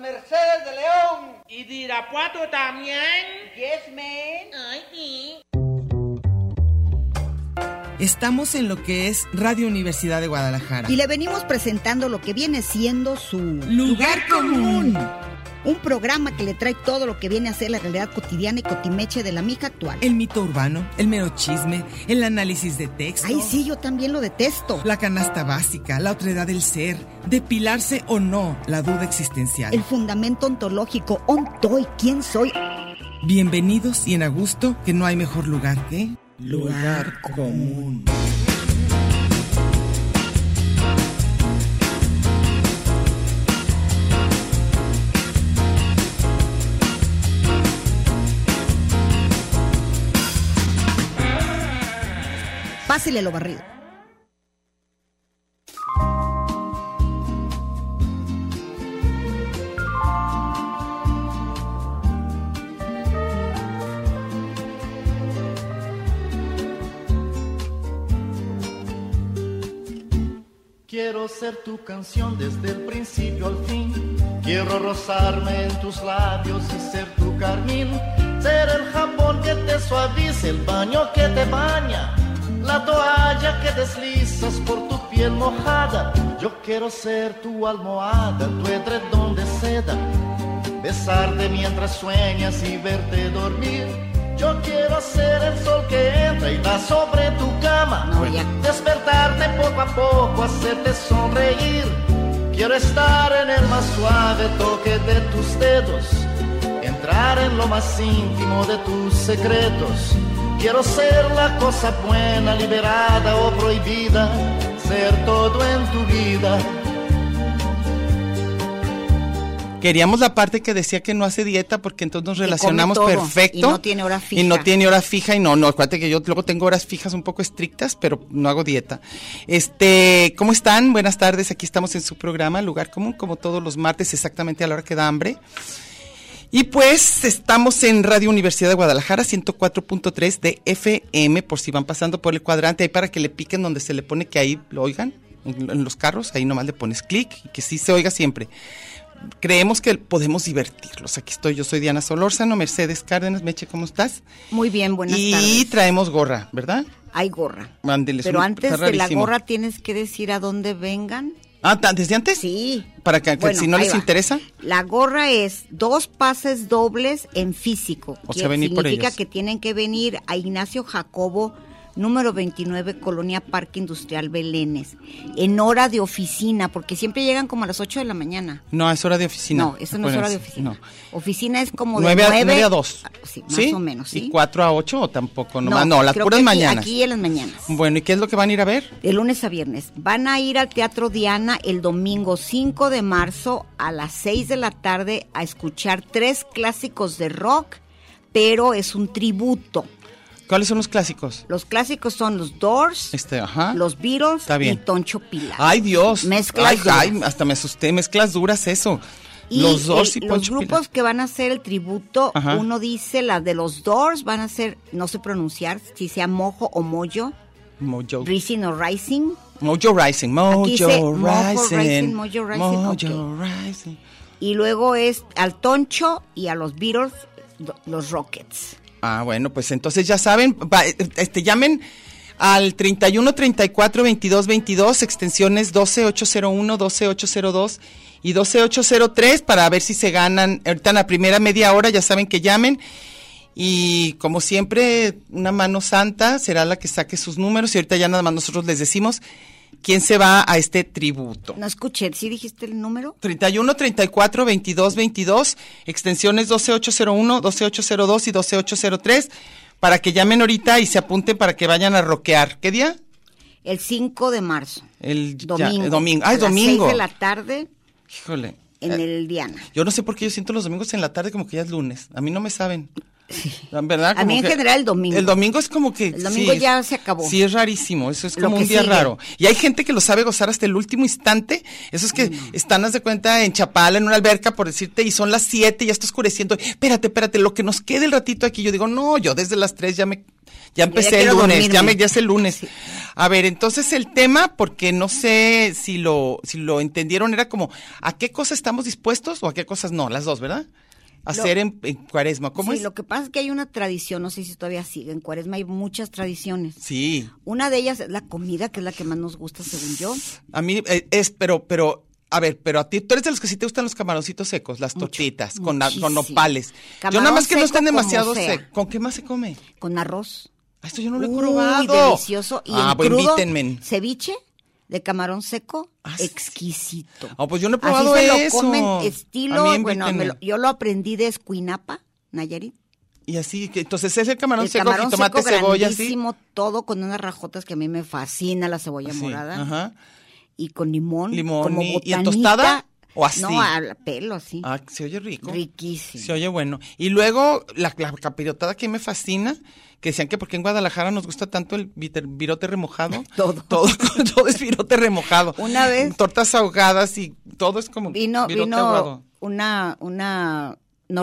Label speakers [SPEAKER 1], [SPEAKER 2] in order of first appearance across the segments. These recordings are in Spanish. [SPEAKER 1] Mercedes de León.
[SPEAKER 2] ¿Y de Irapuato también?
[SPEAKER 1] Yes, man.
[SPEAKER 2] Ay, sí.
[SPEAKER 3] Estamos en lo que es Radio Universidad de Guadalajara.
[SPEAKER 4] Y le venimos presentando lo que viene siendo su
[SPEAKER 3] Lugar común.
[SPEAKER 4] Un programa que le trae todo lo que viene a ser la realidad cotidiana y cotimeche de la mija actual.
[SPEAKER 3] El mito urbano, el mero chisme, el análisis de texto.
[SPEAKER 4] Ay, sí, yo también lo detesto.
[SPEAKER 3] La canasta básica, la otredad del ser, depilarse o no, la duda existencial.
[SPEAKER 4] El fundamento ontológico, ontoy, quién soy.
[SPEAKER 3] Bienvenidos y en a gusto, que no hay mejor lugar que...
[SPEAKER 4] Lugar
[SPEAKER 3] común.
[SPEAKER 4] Pásele lo barrido.
[SPEAKER 5] Quiero ser tu canción desde el principio al fin. Quiero rozarme en tus labios y ser tu carmín. Ser el jabón que te suavice, el baño que te baña, la toalla que deslizas por tu piel mojada. Yo quiero ser tu almohada, tu edredón de seda. Besarte mientras sueñas y verte dormir. Yo quiero ser el sol que entra y va sobre tu cama.
[SPEAKER 4] No, ya.
[SPEAKER 5] Despertarte poco a poco, hacerte sonreír. Quiero estar en el más suave toque de tus dedos, entrar en lo más íntimo de tus secretos. Quiero ser la cosa buena, liberada o prohibida, ser todo en tu vida.
[SPEAKER 6] Queríamos la parte que decía que no hace dieta porque entonces nos
[SPEAKER 4] Que come
[SPEAKER 6] relacionamos
[SPEAKER 4] todo
[SPEAKER 6] perfecto.
[SPEAKER 4] y no tiene hora fija.
[SPEAKER 6] Y no tiene hora fija y no, no, acuérdate que yo luego tengo horas fijas un poco estrictas, pero no hago dieta. Este, ¿cómo están? Buenas tardes, aquí estamos en su programa Lugar Común, como todos los martes exactamente a la hora que da hambre. Y pues estamos en Radio Universidad de Guadalajara, 104.3 de FM, por si van pasando por el cuadrante, ahí para que le piquen donde se le pone que ahí lo oigan, en en los carros, ahí nomás le pones clic y que sí se oiga siempre. Creemos que podemos divertirlos. Aquí estoy, yo soy Diana Solórzano, Mercedes Cárdenas, Meche, ¿cómo estás?
[SPEAKER 4] Muy bien, buenas
[SPEAKER 6] y
[SPEAKER 4] tardes.
[SPEAKER 6] traemos gorra, ¿verdad?
[SPEAKER 4] Hay gorra.
[SPEAKER 6] Ándele,
[SPEAKER 4] Pero
[SPEAKER 6] es un-
[SPEAKER 4] antes de
[SPEAKER 6] está
[SPEAKER 4] la
[SPEAKER 6] rarísimo.
[SPEAKER 4] gorra tienes que decir a dónde vengan.
[SPEAKER 6] Ah, ¿ta- ¿desde antes?
[SPEAKER 4] Sí.
[SPEAKER 6] Para que, que
[SPEAKER 4] Bueno,
[SPEAKER 6] si no
[SPEAKER 4] ahí
[SPEAKER 6] les
[SPEAKER 4] va.
[SPEAKER 6] interesa.
[SPEAKER 4] La gorra es dos pases dobles en físico.
[SPEAKER 6] O
[SPEAKER 4] que
[SPEAKER 6] sea, venir por
[SPEAKER 4] significa
[SPEAKER 6] ellos.
[SPEAKER 4] que tienen que venir a Ignacio Jacobo, número 29, Colonia Parque Industrial Belénes, en hora de oficina, porque siempre llegan como a las 8 de la mañana.
[SPEAKER 6] No, es hora de oficina.
[SPEAKER 4] no, eso no es hora de
[SPEAKER 6] Acuérdense,
[SPEAKER 4] oficina.
[SPEAKER 6] no.
[SPEAKER 4] Oficina es como de
[SPEAKER 6] 9 a,
[SPEAKER 4] 9
[SPEAKER 6] nueve a 2.
[SPEAKER 4] Sí, más o menos, sí.
[SPEAKER 6] ¿Y 4 a 8 o tampoco? No, no las
[SPEAKER 4] creo
[SPEAKER 6] puras
[SPEAKER 4] que aquí-
[SPEAKER 6] mañanas.
[SPEAKER 4] Aquí en las mañanas.
[SPEAKER 6] Bueno, ¿y qué es lo que van a ir a ver?
[SPEAKER 4] De lunes a viernes. Van a ir al Teatro Diana el domingo 5 de marzo a las 6 de la tarde a escuchar tres clásicos de rock, pero es un tributo.
[SPEAKER 6] ¿Cuáles son los clásicos?
[SPEAKER 4] Los clásicos son los Doors,
[SPEAKER 6] Este, ajá.
[SPEAKER 4] los Beatles
[SPEAKER 6] Está
[SPEAKER 4] y
[SPEAKER 6] bien.
[SPEAKER 4] Toncho Pilar.
[SPEAKER 6] Ay, Dios.
[SPEAKER 4] Mezclas
[SPEAKER 6] ay,
[SPEAKER 4] duras.
[SPEAKER 6] ay, hasta me asusté. Mezclas duras, eso.
[SPEAKER 4] Y
[SPEAKER 6] los dos
[SPEAKER 4] el-
[SPEAKER 6] y
[SPEAKER 4] los
[SPEAKER 6] Poncho
[SPEAKER 4] grupos
[SPEAKER 6] Pilar.
[SPEAKER 4] que van a hacer el tributo,
[SPEAKER 6] Ajá.
[SPEAKER 4] uno dice la de los Doors van a ser, no sé pronunciar, si sea Mojo o Mojo,
[SPEAKER 6] Mojo.
[SPEAKER 4] Rising o Rising,
[SPEAKER 6] Mojo Rising. Mojo
[SPEAKER 4] Aquí dice Mojo Rising,
[SPEAKER 6] Rising.
[SPEAKER 4] Mojo Rising,
[SPEAKER 6] Mojo
[SPEAKER 4] ok.
[SPEAKER 6] Rising.
[SPEAKER 4] y luego es al Toncho y a los Beatles, do- los Rockets.
[SPEAKER 6] Ah, bueno, pues entonces ya saben, va- este, llamen al 31 34 22 22, extensiones 12801, 12802 y 12803 para ver si se ganan. Ahorita en la primera media hora ya saben que llamen. Y como siempre, una mano santa será la que saque sus números y ahorita ya nada más nosotros les decimos quién se va a este tributo.
[SPEAKER 4] No escuché, ¿sí dijiste el número?
[SPEAKER 6] 31 34 22 22, extensiones 12801, 12802 y 12803, para que llamen ahorita y se apunten para que vayan a roquear. ¿Qué día?
[SPEAKER 4] El 5 de marzo.
[SPEAKER 6] El Eh, ya,
[SPEAKER 4] domingo.
[SPEAKER 6] el domingo. Ah,
[SPEAKER 4] a
[SPEAKER 6] el domingo.
[SPEAKER 4] Las 6 de la tarde
[SPEAKER 6] Híjole.
[SPEAKER 4] en
[SPEAKER 6] Eh,
[SPEAKER 4] el Diana.
[SPEAKER 6] Yo no sé por qué yo siento los domingos en la tarde como que ya es lunes. A mí no me saben. ¿Verdad?
[SPEAKER 4] A mí en
[SPEAKER 6] que-
[SPEAKER 4] general el domingo.
[SPEAKER 6] El domingo es como que...
[SPEAKER 4] El domingo
[SPEAKER 6] sí,
[SPEAKER 4] ya
[SPEAKER 6] es-
[SPEAKER 4] se acabó.
[SPEAKER 6] Sí, es rarísimo. Eso es
[SPEAKER 4] Lo
[SPEAKER 6] como
[SPEAKER 4] que
[SPEAKER 6] un día
[SPEAKER 4] sigue.
[SPEAKER 6] raro. Y hay gente que lo sabe gozar hasta el último instante. Esos que están, haz de cuenta, en Chapala, en una alberca, por decirte, y son las 7, ya está oscureciendo. Espérate, espérate, lo que nos quede el ratito aquí. Yo digo, no, yo desde las 3 ya me... Ya empecé el
[SPEAKER 4] quiero
[SPEAKER 6] lunes, ya,
[SPEAKER 4] dormirme.
[SPEAKER 6] me, ya es el este lunes. A ver, entonces el tema, porque no sé si lo, si lo entendieron, era como, ¿a qué cosas estamos dispuestos o a qué cosas no? Las dos, ¿verdad? Hacer en, en cuaresma, ¿cómo
[SPEAKER 4] sí,
[SPEAKER 6] es?
[SPEAKER 4] lo que pasa es que hay una tradición, no sé si todavía sigue, en Cuaresma hay muchas tradiciones.
[SPEAKER 6] Sí,
[SPEAKER 4] Una de ellas es la comida, que es la que más nos gusta, según yo.
[SPEAKER 6] a mí eh, es, pero, pero, a ver, pero a ti, tú eres de los que sí te gustan los camaroncitos secos, las tortitas, con, la- con
[SPEAKER 4] muchísimo.
[SPEAKER 6] nopales. Yo
[SPEAKER 4] Camarón
[SPEAKER 6] nada más que no
[SPEAKER 4] seco
[SPEAKER 6] estén
[SPEAKER 4] como
[SPEAKER 6] demasiado
[SPEAKER 4] sea.
[SPEAKER 6] secos. ¿Con qué más se come?
[SPEAKER 4] Con arroz.
[SPEAKER 6] Ah, Esto yo no lo he
[SPEAKER 4] Uy,
[SPEAKER 6] probado.
[SPEAKER 4] delicioso. Y
[SPEAKER 6] ah,
[SPEAKER 4] en
[SPEAKER 6] pues
[SPEAKER 4] crudo,
[SPEAKER 6] invítenme.
[SPEAKER 4] ceviche de camarón seco,
[SPEAKER 6] Ah, sí.
[SPEAKER 4] exquisito.
[SPEAKER 6] Ah, pues yo no he probado
[SPEAKER 4] Así se
[SPEAKER 6] eso.
[SPEAKER 4] lo comen
[SPEAKER 6] A mí
[SPEAKER 4] estilo, bueno,
[SPEAKER 6] invítenme.
[SPEAKER 4] me lo- yo lo aprendí de Escuinapa, Nayarit.
[SPEAKER 6] Y así, que, entonces es el camarón
[SPEAKER 4] El
[SPEAKER 6] seco,
[SPEAKER 4] camarón
[SPEAKER 6] jitomate,
[SPEAKER 4] seco
[SPEAKER 6] cebolla, así.
[SPEAKER 4] grandísimo, todo con unas rajotas que a mí me fascina la cebolla
[SPEAKER 6] Así,
[SPEAKER 4] morada.
[SPEAKER 6] Ah, Ajá.
[SPEAKER 4] Y con limón,
[SPEAKER 6] Limón
[SPEAKER 4] como
[SPEAKER 6] y- ¿y
[SPEAKER 4] botanita.
[SPEAKER 6] en tostada o así?
[SPEAKER 4] No, al pelo así.
[SPEAKER 6] Ah, se oye rico.
[SPEAKER 4] Riquísimo.
[SPEAKER 6] Se oye bueno. Y luego, la, la capirotada que me fascina, que decían que porque en Guadalajara nos gusta tanto el viter- virote remojado.
[SPEAKER 4] Todo.
[SPEAKER 6] Todo, todo es virote remojado.
[SPEAKER 4] Una vez-
[SPEAKER 6] Tortas ahogadas y todo es como
[SPEAKER 4] Vino,
[SPEAKER 6] virote
[SPEAKER 4] vino
[SPEAKER 6] aguado.
[SPEAKER 4] una, una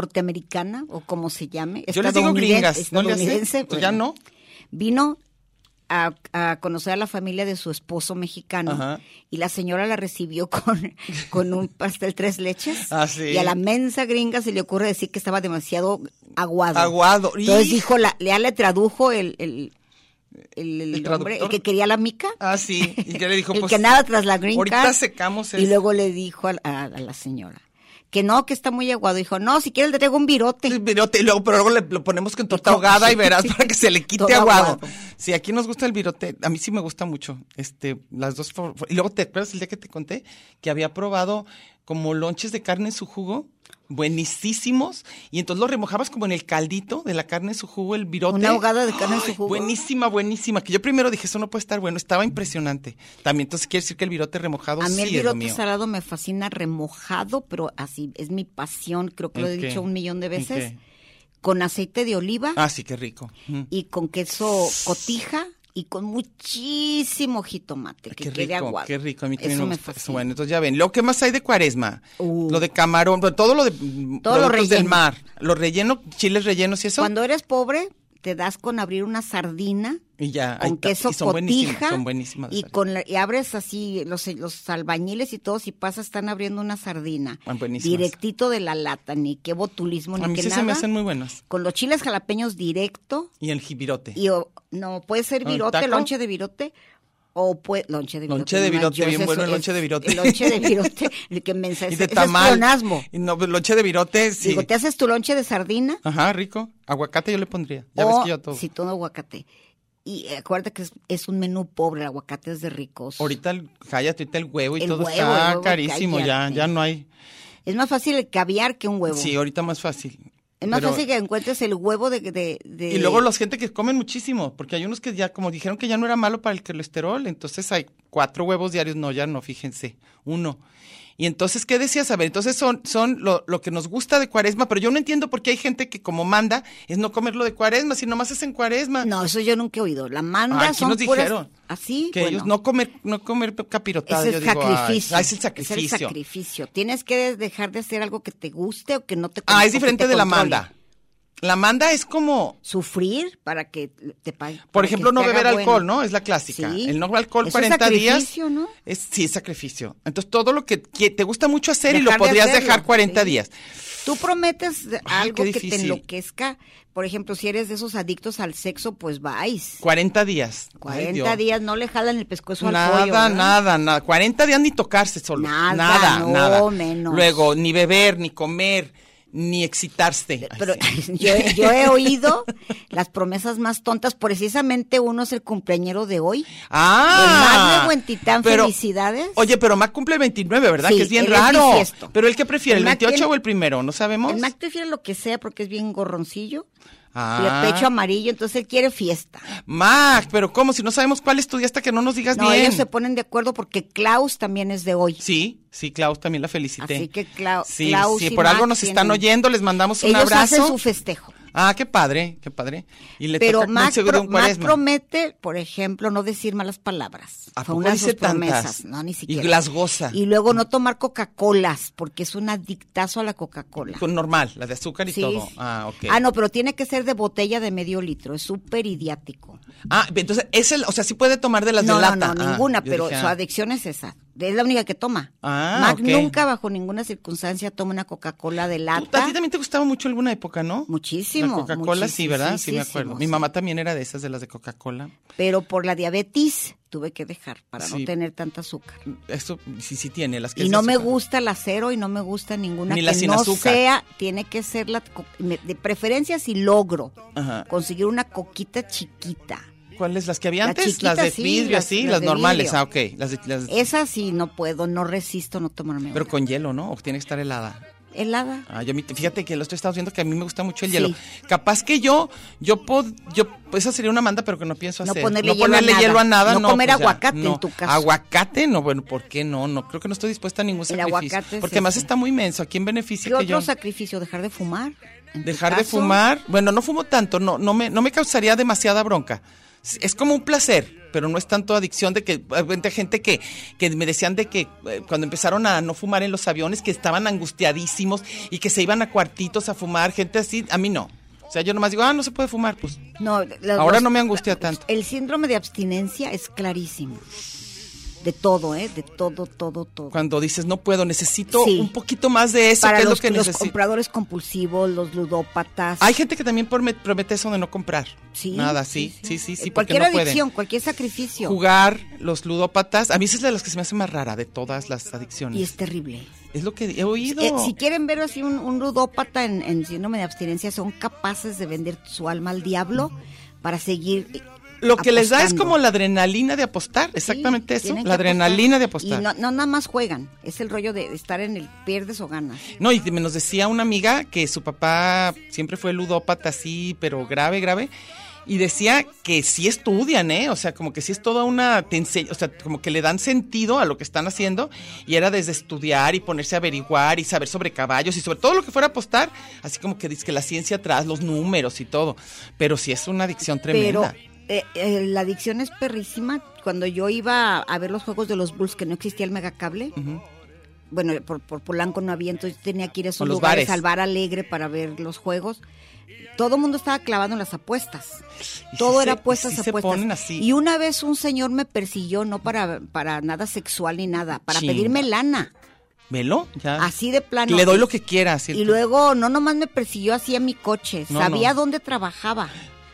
[SPEAKER 4] norteamericana, o como se llame,
[SPEAKER 6] Yo les digo
[SPEAKER 4] estadounidense-
[SPEAKER 6] gringas, ¿no le hace?
[SPEAKER 4] estadounidense,
[SPEAKER 6] Pues ya
[SPEAKER 4] bueno,
[SPEAKER 6] no.
[SPEAKER 4] Vino a, a conocer a la familia de su esposo mexicano
[SPEAKER 6] Ajá.
[SPEAKER 4] y la señora la recibió con, con un pastel tres leches
[SPEAKER 6] Ah, sí.
[SPEAKER 4] y a la mensa gringa se le ocurre decir que estaba demasiado aguado.
[SPEAKER 6] Aguado.
[SPEAKER 4] Entonces
[SPEAKER 6] ¡Hijo!
[SPEAKER 4] dijo, la, ya le tradujo el... el el, el
[SPEAKER 6] ¿El
[SPEAKER 4] hombre, el
[SPEAKER 6] traductor?
[SPEAKER 4] que quería la mica
[SPEAKER 6] Ah, sí. Y ya le dijo,
[SPEAKER 4] el
[SPEAKER 6] pues.
[SPEAKER 4] que nada tras la green
[SPEAKER 6] ahorita
[SPEAKER 4] card.
[SPEAKER 6] secamos
[SPEAKER 4] Y
[SPEAKER 6] eso.
[SPEAKER 4] luego le dijo al- a, a la señora que no, que está muy aguado. Dijo, no, si quieres le traigo un
[SPEAKER 6] el
[SPEAKER 4] virote.
[SPEAKER 6] virote, y luego, pero luego le lo ponemos con torta
[SPEAKER 4] Todo-
[SPEAKER 6] ahogada y verás
[SPEAKER 4] sí.
[SPEAKER 6] para que se le quite
[SPEAKER 4] Todo
[SPEAKER 6] aguado.
[SPEAKER 4] aguado.
[SPEAKER 6] Sí, aquí nos gusta el virote. A mí sí me gusta mucho. Este, las dos. for- for- Y luego te acuerdas el día que te conté que había probado como lonches de carne en su jugo. Buenísimos. Y entonces lo remojabas como en el caldito de la carne en su jugo, el virote.
[SPEAKER 4] Una ahogada de carne en su
[SPEAKER 6] ¡Ay!
[SPEAKER 4] jugo.
[SPEAKER 6] Buenísima, buenísima. Que yo primero dije, eso no puede estar bueno. Estaba impresionante. También, entonces quiere decir que el virote remojado
[SPEAKER 4] A mí
[SPEAKER 6] sí
[SPEAKER 4] el
[SPEAKER 6] es lo
[SPEAKER 4] virote
[SPEAKER 6] mío.
[SPEAKER 4] salado me fascina remojado, pero así es mi pasión. Creo que lo he
[SPEAKER 6] ¿En qué?
[SPEAKER 4] dicho un millón de
[SPEAKER 6] ¿En
[SPEAKER 4] veces.
[SPEAKER 6] qué?
[SPEAKER 4] Con aceite de oliva
[SPEAKER 6] Ah, sí, qué rico. Mm.
[SPEAKER 4] y con queso cotija y con muchísimo jitomate que
[SPEAKER 6] Ah, Qué
[SPEAKER 4] quede
[SPEAKER 6] rico,
[SPEAKER 4] aguado.
[SPEAKER 6] qué rico. A mí también
[SPEAKER 4] Eso
[SPEAKER 6] me
[SPEAKER 4] me
[SPEAKER 6] gusta.
[SPEAKER 4] fascina.
[SPEAKER 6] Bueno, entonces ya ven. Lo que más hay de cuaresma.
[SPEAKER 4] Uh.
[SPEAKER 6] Lo de camarón, pero todo lo de
[SPEAKER 4] Todo lo
[SPEAKER 6] productos del
[SPEAKER 4] relleno.
[SPEAKER 6] mar. Los rellenos, chiles rellenos y eso.
[SPEAKER 4] Cuando eres pobre, te das con abrir una sardina
[SPEAKER 6] y ya. Ah, ahí
[SPEAKER 4] con
[SPEAKER 6] está.
[SPEAKER 4] queso
[SPEAKER 6] y son
[SPEAKER 4] cotija
[SPEAKER 6] buenísimas. Son buenísimas.
[SPEAKER 4] y con la- y abres así los, los albañiles y todos y pasas están abriendo una sardina
[SPEAKER 6] Ah, buenísimas.
[SPEAKER 4] directito de la lata ni qué botulismo ni
[SPEAKER 6] A mí
[SPEAKER 4] qué
[SPEAKER 6] sí
[SPEAKER 4] nada
[SPEAKER 6] se me hacen muy buenas.
[SPEAKER 4] con los chiles jalapeños directo
[SPEAKER 6] Y el jibirote.
[SPEAKER 4] y o- no puede ser
[SPEAKER 6] ¿Con el
[SPEAKER 4] virote
[SPEAKER 6] taco?
[SPEAKER 4] lonche de virote o puede lonche de virote
[SPEAKER 6] Lonche de
[SPEAKER 4] no,
[SPEAKER 6] virote,
[SPEAKER 4] yo
[SPEAKER 6] bien
[SPEAKER 4] eso
[SPEAKER 6] bueno el
[SPEAKER 4] es-
[SPEAKER 6] lonche de virote.
[SPEAKER 4] el lonche de virote el que me
[SPEAKER 6] Y
[SPEAKER 4] ensayas
[SPEAKER 6] de tamal.
[SPEAKER 4] es pleonasmo.
[SPEAKER 6] Y no, pues, lonche de virote, sí.
[SPEAKER 4] digo te haces tu lonche de sardina
[SPEAKER 6] Ajá, rico. Aguacate yo le pondría. Ya
[SPEAKER 4] o
[SPEAKER 6] ves que yo todo.
[SPEAKER 4] si todo aguacate y eh, acuérdate que es, es un menú pobre el aguacate es de ricos
[SPEAKER 6] Ahorita, el, cállate, ahorita el huevo y
[SPEAKER 4] El
[SPEAKER 6] todo
[SPEAKER 4] huevo, el
[SPEAKER 6] está
[SPEAKER 4] huevo,
[SPEAKER 6] carísimo. Ya,
[SPEAKER 4] cállate.
[SPEAKER 6] ya no hay.
[SPEAKER 4] Es más fácil el caviar que un huevo.
[SPEAKER 6] Sí, ahorita más fácil.
[SPEAKER 4] es más
[SPEAKER 6] Pero-
[SPEAKER 4] fácil que encuentres el huevo de... de- de-
[SPEAKER 6] Y luego los gente que comen muchísimo, porque hay unos que ya, como dijeron que ya no era malo para el colesterol, entonces hay cuatro huevos diarios, no, ya no, fíjense, uno. Y entonces, ¿qué decías? A ver, entonces son, son lo, lo que nos gusta de cuaresma, pero yo no entiendo por qué hay gente que como manda es no comerlo de cuaresma, si nomás es en cuaresma.
[SPEAKER 4] No, eso yo nunca he oído. La manda
[SPEAKER 6] Ah, Aquí
[SPEAKER 4] son
[SPEAKER 6] nos
[SPEAKER 4] puras-
[SPEAKER 6] dijeron
[SPEAKER 4] Así,
[SPEAKER 6] que
[SPEAKER 4] bueno,
[SPEAKER 6] ellos no comer, no comer capirotada.
[SPEAKER 4] es el
[SPEAKER 6] yo digo, ay,
[SPEAKER 4] sacrificio.
[SPEAKER 6] ah, es el sacrificio.
[SPEAKER 4] Es el sacrificio. Tienes que dejar de hacer algo que te guste o que no te
[SPEAKER 6] Ah,
[SPEAKER 4] con- o
[SPEAKER 6] es
[SPEAKER 4] que
[SPEAKER 6] diferente
[SPEAKER 4] te
[SPEAKER 6] de la
[SPEAKER 4] controle.
[SPEAKER 6] manda. La manda es como
[SPEAKER 4] Sufrir para que te pague.
[SPEAKER 6] Por ejemplo, no beber alcohol, ¿no? Es la clásica.
[SPEAKER 4] Sí.
[SPEAKER 6] El no alcohol
[SPEAKER 4] Es un
[SPEAKER 6] 40 días.
[SPEAKER 4] sacrificio, ¿no?
[SPEAKER 6] Es, sí, es sacrificio. Entonces, todo lo que, que te gusta mucho hacer y lo
[SPEAKER 4] Dejar de
[SPEAKER 6] podrías
[SPEAKER 4] hacerlo,
[SPEAKER 6] dejar 40
[SPEAKER 4] sí.
[SPEAKER 6] días.
[SPEAKER 4] Tú prometes de-
[SPEAKER 6] Ay,
[SPEAKER 4] algo
[SPEAKER 6] qué
[SPEAKER 4] que te
[SPEAKER 6] difícil.
[SPEAKER 4] enloquezca. Por ejemplo, si eres de esos adictos al sexo, pues vais.
[SPEAKER 6] 40 días. Ay,
[SPEAKER 4] 40
[SPEAKER 6] Dios.
[SPEAKER 4] días no le jalan el pescuezo al
[SPEAKER 6] Nada,
[SPEAKER 4] pollo. ¿verdad?
[SPEAKER 6] nada, nada. 40 días ni tocarse solo.
[SPEAKER 4] Nada,
[SPEAKER 6] Nada, nada.
[SPEAKER 4] no, menos.
[SPEAKER 6] Luego, ni beber, ni comer, ni excitarse. Ay,
[SPEAKER 4] Pero
[SPEAKER 6] sí.
[SPEAKER 4] yo, yo he oído las promesas más tontas. Precisamente uno es el cumpleañero de hoy.
[SPEAKER 6] Ah,
[SPEAKER 4] El más de buen titán,
[SPEAKER 6] pero-
[SPEAKER 4] felicidades.
[SPEAKER 6] Oye, pero Mac cumple el 29, ¿verdad?
[SPEAKER 4] Sí,
[SPEAKER 6] que es bien
[SPEAKER 4] él es
[SPEAKER 6] raro.
[SPEAKER 4] bisiesto.
[SPEAKER 6] pero el que prefiere,
[SPEAKER 4] El
[SPEAKER 6] el,
[SPEAKER 4] Mac
[SPEAKER 6] 28
[SPEAKER 4] tiene-
[SPEAKER 6] o el primero, no sabemos.
[SPEAKER 4] El Mac prefiere lo que sea porque es bien gorroncillo.
[SPEAKER 6] Ah.
[SPEAKER 4] Y el pecho amarillo, entonces él quiere fiesta.
[SPEAKER 6] Mac, pero ¿cómo? Si no sabemos cuál es tu día hasta que no nos digas
[SPEAKER 4] No,
[SPEAKER 6] bien.
[SPEAKER 4] ellos se ponen de acuerdo porque Klaus también es de hoy.
[SPEAKER 6] Sí, sí, Klaus también la felicité.
[SPEAKER 4] Así que Clau-
[SPEAKER 6] Sí,
[SPEAKER 4] Klaus
[SPEAKER 6] sí,
[SPEAKER 4] y
[SPEAKER 6] por algo
[SPEAKER 4] Mac
[SPEAKER 6] nos están
[SPEAKER 4] tienen-
[SPEAKER 6] oyendo, les mandamos un
[SPEAKER 4] ellos hacen
[SPEAKER 6] abrazo.
[SPEAKER 4] su festejo.
[SPEAKER 6] Ah, qué padre, qué padre. Y le
[SPEAKER 4] Pero
[SPEAKER 6] toca muy
[SPEAKER 4] Mac,
[SPEAKER 6] seguro
[SPEAKER 4] pro-
[SPEAKER 6] un
[SPEAKER 4] Mac
[SPEAKER 6] cuaresma.
[SPEAKER 4] promete, por ejemplo, no decir malas palabras.
[SPEAKER 6] ¿A
[SPEAKER 4] Fue
[SPEAKER 6] poco
[SPEAKER 4] una de
[SPEAKER 6] dice
[SPEAKER 4] sus
[SPEAKER 6] tantas?
[SPEAKER 4] promesas. No, ni
[SPEAKER 6] Y
[SPEAKER 4] siquiera.
[SPEAKER 6] las goza.
[SPEAKER 4] Y luego no tomar Coca-Colas, porque es un adictazo a la Coca-Cola.
[SPEAKER 6] Con normal, la de azúcar y
[SPEAKER 4] Sí,
[SPEAKER 6] todo.
[SPEAKER 4] sí.
[SPEAKER 6] Ah, ok.
[SPEAKER 4] Ah, no, pero tiene que ser de botella de medio litro. Es súper idiático.
[SPEAKER 6] Ah, entonces, es el, o sea, sí puede tomar de las
[SPEAKER 4] no, no,
[SPEAKER 6] de lata.
[SPEAKER 4] no,
[SPEAKER 6] Ah,
[SPEAKER 4] ninguna,
[SPEAKER 6] yo
[SPEAKER 4] pero
[SPEAKER 6] dije,
[SPEAKER 4] su
[SPEAKER 6] ah.
[SPEAKER 4] adicción es esa. Es la única que toma.
[SPEAKER 6] Ah,
[SPEAKER 4] Mac
[SPEAKER 6] ok.
[SPEAKER 4] nunca, bajo ninguna circunstancia, toma una Coca-Cola de
[SPEAKER 6] Tú- A
[SPEAKER 4] lata.
[SPEAKER 6] ti también te gustaba mucho alguna época, ¿no?
[SPEAKER 4] Muchísimo,
[SPEAKER 6] La Coca-Cola, sí, ¿verdad? Sí, me
[SPEAKER 4] muchísimo,
[SPEAKER 6] acuerdo. Mi
[SPEAKER 4] sí.
[SPEAKER 6] mamá también era de esas, de las de Coca-Cola.
[SPEAKER 4] Pero por la diabetes tuve que dejar para
[SPEAKER 6] Sí.
[SPEAKER 4] no tener tanta azúcar.
[SPEAKER 6] Esto sí, sí tiene, las que
[SPEAKER 4] Y
[SPEAKER 6] es
[SPEAKER 4] no
[SPEAKER 6] de
[SPEAKER 4] me
[SPEAKER 6] azúcar.
[SPEAKER 4] gusta la cero y no me gusta ninguna
[SPEAKER 6] Ni
[SPEAKER 4] que
[SPEAKER 6] la sin
[SPEAKER 4] no
[SPEAKER 6] azúcar.
[SPEAKER 4] sea, tiene que ser la co- me- de preferencia si logro
[SPEAKER 6] Ajá.
[SPEAKER 4] conseguir una coquita chiquita.
[SPEAKER 6] ¿Cuáles? ¿Las que había
[SPEAKER 4] Las
[SPEAKER 6] antes?
[SPEAKER 4] chiquitas,
[SPEAKER 6] las de
[SPEAKER 4] sí,
[SPEAKER 6] vidrio,
[SPEAKER 4] las-
[SPEAKER 6] sí,
[SPEAKER 4] las
[SPEAKER 6] las,
[SPEAKER 4] de
[SPEAKER 6] normales.
[SPEAKER 4] vidrio. Eh.
[SPEAKER 6] Ah, ok. Las de- las-
[SPEAKER 4] Esa sí no puedo, no resisto no tomarme
[SPEAKER 6] pero
[SPEAKER 4] una.
[SPEAKER 6] con hielo, ¿no? O tiene que estar helada.
[SPEAKER 4] helada.
[SPEAKER 6] Ah, yo, a mí- fíjate que lo estoy estado viendo que a mí me gusta mucho el
[SPEAKER 4] Sí.
[SPEAKER 6] hielo. Capaz que yo, yo pod, yo, esa sería una manda, pero que no pienso
[SPEAKER 4] No
[SPEAKER 6] hacer.
[SPEAKER 4] ponerle hielo a nada. No comer
[SPEAKER 6] pues ya,
[SPEAKER 4] aguacate en
[SPEAKER 6] no.
[SPEAKER 4] tu caso.
[SPEAKER 6] Aguacate, no, bueno, ¿por qué no? No, creo que no estoy dispuesta a ningún
[SPEAKER 4] El
[SPEAKER 6] sacrificio.
[SPEAKER 4] aguacate es
[SPEAKER 6] porque además
[SPEAKER 4] ese.
[SPEAKER 6] está muy menso. ¿A quién beneficia
[SPEAKER 4] ¿Qué
[SPEAKER 6] que
[SPEAKER 4] otro
[SPEAKER 6] yo?
[SPEAKER 4] sacrificio? Dejar de fumar. en tu
[SPEAKER 6] Dejar de
[SPEAKER 4] caso?
[SPEAKER 6] fumar. Bueno, no fumo tanto, no, no me, no me causaría demasiada bronca. Es- Es como un placer, pero no es tanto adicción de que hay gente que, que me decían de que eh, cuando empezaron a no fumar en los aviones, que estaban angustiadísimos y que se iban a cuartitos a fumar, gente así, a mí no. O sea, yo nomás digo, ah, no se puede fumar, pues.
[SPEAKER 4] No, la-
[SPEAKER 6] Ahora
[SPEAKER 4] los-
[SPEAKER 6] no me angustia tanto.
[SPEAKER 4] El síndrome de abstinencia es clarísimo. De todo, ¿eh? De todo, todo, todo.
[SPEAKER 6] Cuando dices, no puedo, necesito
[SPEAKER 4] Sí.
[SPEAKER 6] un poquito más de eso,
[SPEAKER 4] Para
[SPEAKER 6] que es
[SPEAKER 4] los,
[SPEAKER 6] lo que
[SPEAKER 4] los
[SPEAKER 6] necesito.
[SPEAKER 4] compradores compulsivos, los ludópatas.
[SPEAKER 6] Hay gente que también prome- promete eso de no comprar.
[SPEAKER 4] Sí,
[SPEAKER 6] Nada, sí, sí, sí, sí,
[SPEAKER 4] Eh,
[SPEAKER 6] porque
[SPEAKER 4] Cualquier
[SPEAKER 6] no pueden.
[SPEAKER 4] adicción, cualquier sacrificio.
[SPEAKER 6] jugar, los ludópatas. A mí esa es de las que se me hace más rara de todas las adicciones.
[SPEAKER 4] Y es terrible.
[SPEAKER 6] Es lo que he oído.
[SPEAKER 4] Eh, si quieren ver así un, un ludópata en, en síndrome de abstinencia, son capaces de vender su alma al diablo para seguir. eh,
[SPEAKER 6] lo que les da es
[SPEAKER 4] apostando.
[SPEAKER 6] como la adrenalina de apostar,
[SPEAKER 4] Sí,
[SPEAKER 6] exactamente eso,
[SPEAKER 4] tienen que
[SPEAKER 6] la adrenalina
[SPEAKER 4] apostar.
[SPEAKER 6] de apostar.
[SPEAKER 4] Y no, no nada más juegan, es el rollo de estar en el pierdes o ganas.
[SPEAKER 6] No, y me nos decía una amiga que su papá siempre fue ludópata así, pero grave, grave. Y decía que sí estudian, ¿eh? O sea, como que sí es toda una... te ense- o sea, como que le dan sentido a lo que están haciendo. Y era desde estudiar y ponerse a averiguar y saber sobre caballos y sobre todo lo que fuera a apostar. Así como que dice que la ciencia atrás, los números y todo. Pero sí es una adicción tremenda.
[SPEAKER 4] Pero eh, eh, la adicción es perrísima. Cuando yo iba a ver los juegos de los Bulls, que no existía el megacable,
[SPEAKER 6] Ujú.
[SPEAKER 4] bueno, por, por Polanco no había, entonces tenía que ir a esos
[SPEAKER 6] O los
[SPEAKER 4] lugares,
[SPEAKER 6] bares.
[SPEAKER 4] al bar alegre para ver los juegos. Todo el mundo estaba clavado en las apuestas.
[SPEAKER 6] Y
[SPEAKER 4] Todo
[SPEAKER 6] sí
[SPEAKER 4] era
[SPEAKER 6] se- y
[SPEAKER 4] apuestas,
[SPEAKER 6] sí se
[SPEAKER 4] apuestas.
[SPEAKER 6] ponen así.
[SPEAKER 4] Y una vez un señor me persiguió, no para, para nada sexual ni nada, para
[SPEAKER 6] Chinga.
[SPEAKER 4] pedirme lana,
[SPEAKER 6] ¿Velo? Ya.
[SPEAKER 4] así de plano.
[SPEAKER 6] Ah. Le doy lo que quiera. ¿cierto?
[SPEAKER 4] Y luego no nomás me persiguió así en mi coche,
[SPEAKER 6] No,
[SPEAKER 4] sabía
[SPEAKER 6] no.
[SPEAKER 4] dónde trabajaba,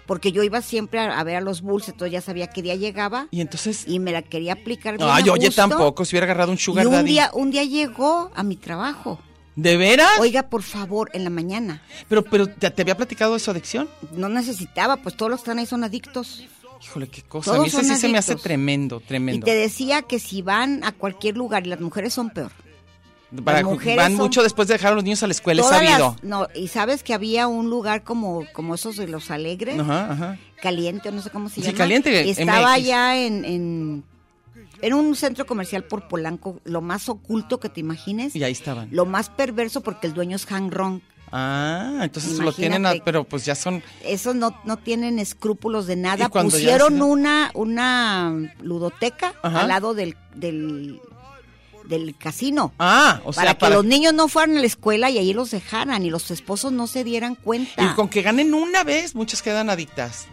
[SPEAKER 4] porque yo iba siempre a, a ver a los Bulls, entonces ya sabía qué día llegaba
[SPEAKER 6] Y entonces...
[SPEAKER 4] y me la quería aplicar bien
[SPEAKER 6] Ay,
[SPEAKER 4] a
[SPEAKER 6] oye,
[SPEAKER 4] gusto.
[SPEAKER 6] tampoco. Si hubiera agarrado un sugar
[SPEAKER 4] y un
[SPEAKER 6] daddy.
[SPEAKER 4] día, un día llegó a mi trabajo.
[SPEAKER 6] ¿De veras?
[SPEAKER 4] Oiga, por favor, en la mañana.
[SPEAKER 6] Pero, pero ¿te, te había platicado de su adicción?
[SPEAKER 4] No necesitaba, pues todos los que están ahí son adictos.
[SPEAKER 6] Híjole, qué cosa. a
[SPEAKER 4] Todos
[SPEAKER 6] mí eso sí
[SPEAKER 4] son
[SPEAKER 6] se me hace
[SPEAKER 4] adictos.
[SPEAKER 6] tremendo,
[SPEAKER 4] Y
[SPEAKER 6] tremendo.
[SPEAKER 4] te decía que si van a cualquier lugar, y las mujeres son peor.
[SPEAKER 6] Para,
[SPEAKER 4] las mujeres
[SPEAKER 6] van
[SPEAKER 4] son-
[SPEAKER 6] mucho después de dejar a los niños a la escuela, he
[SPEAKER 4] Todas
[SPEAKER 6] sabido.
[SPEAKER 4] las- no, y sabes que había un lugar como, como esos de los alegres,
[SPEAKER 6] Ajá, ajá.
[SPEAKER 4] caliente, o no sé cómo se
[SPEAKER 6] Sí,
[SPEAKER 4] llama.
[SPEAKER 6] Caliente,
[SPEAKER 4] Estaba
[SPEAKER 6] MX.
[SPEAKER 4] allá en, en, en un centro comercial por Polanco, lo más oculto que te imagines,
[SPEAKER 6] Y ahí estaban.
[SPEAKER 4] lo más perverso porque el dueño es Hank Ron.
[SPEAKER 6] Ah, entonces lo tienen,
[SPEAKER 4] Imagínate.
[SPEAKER 6] a- pero pues ya son.
[SPEAKER 4] Esos no, no tienen escrúpulos de nada.
[SPEAKER 6] Y cuando ya
[SPEAKER 4] Pusieron
[SPEAKER 6] deciden-
[SPEAKER 4] una, una ludoteca
[SPEAKER 6] Ajá.
[SPEAKER 4] al lado del, del, del casino.
[SPEAKER 6] Ah, o
[SPEAKER 4] para
[SPEAKER 6] sea,
[SPEAKER 4] que los niños no fueran a la escuela y ahí los dejaran y los esposos no se dieran cuenta.
[SPEAKER 6] Y con que ganen una vez, muchas quedan adictas.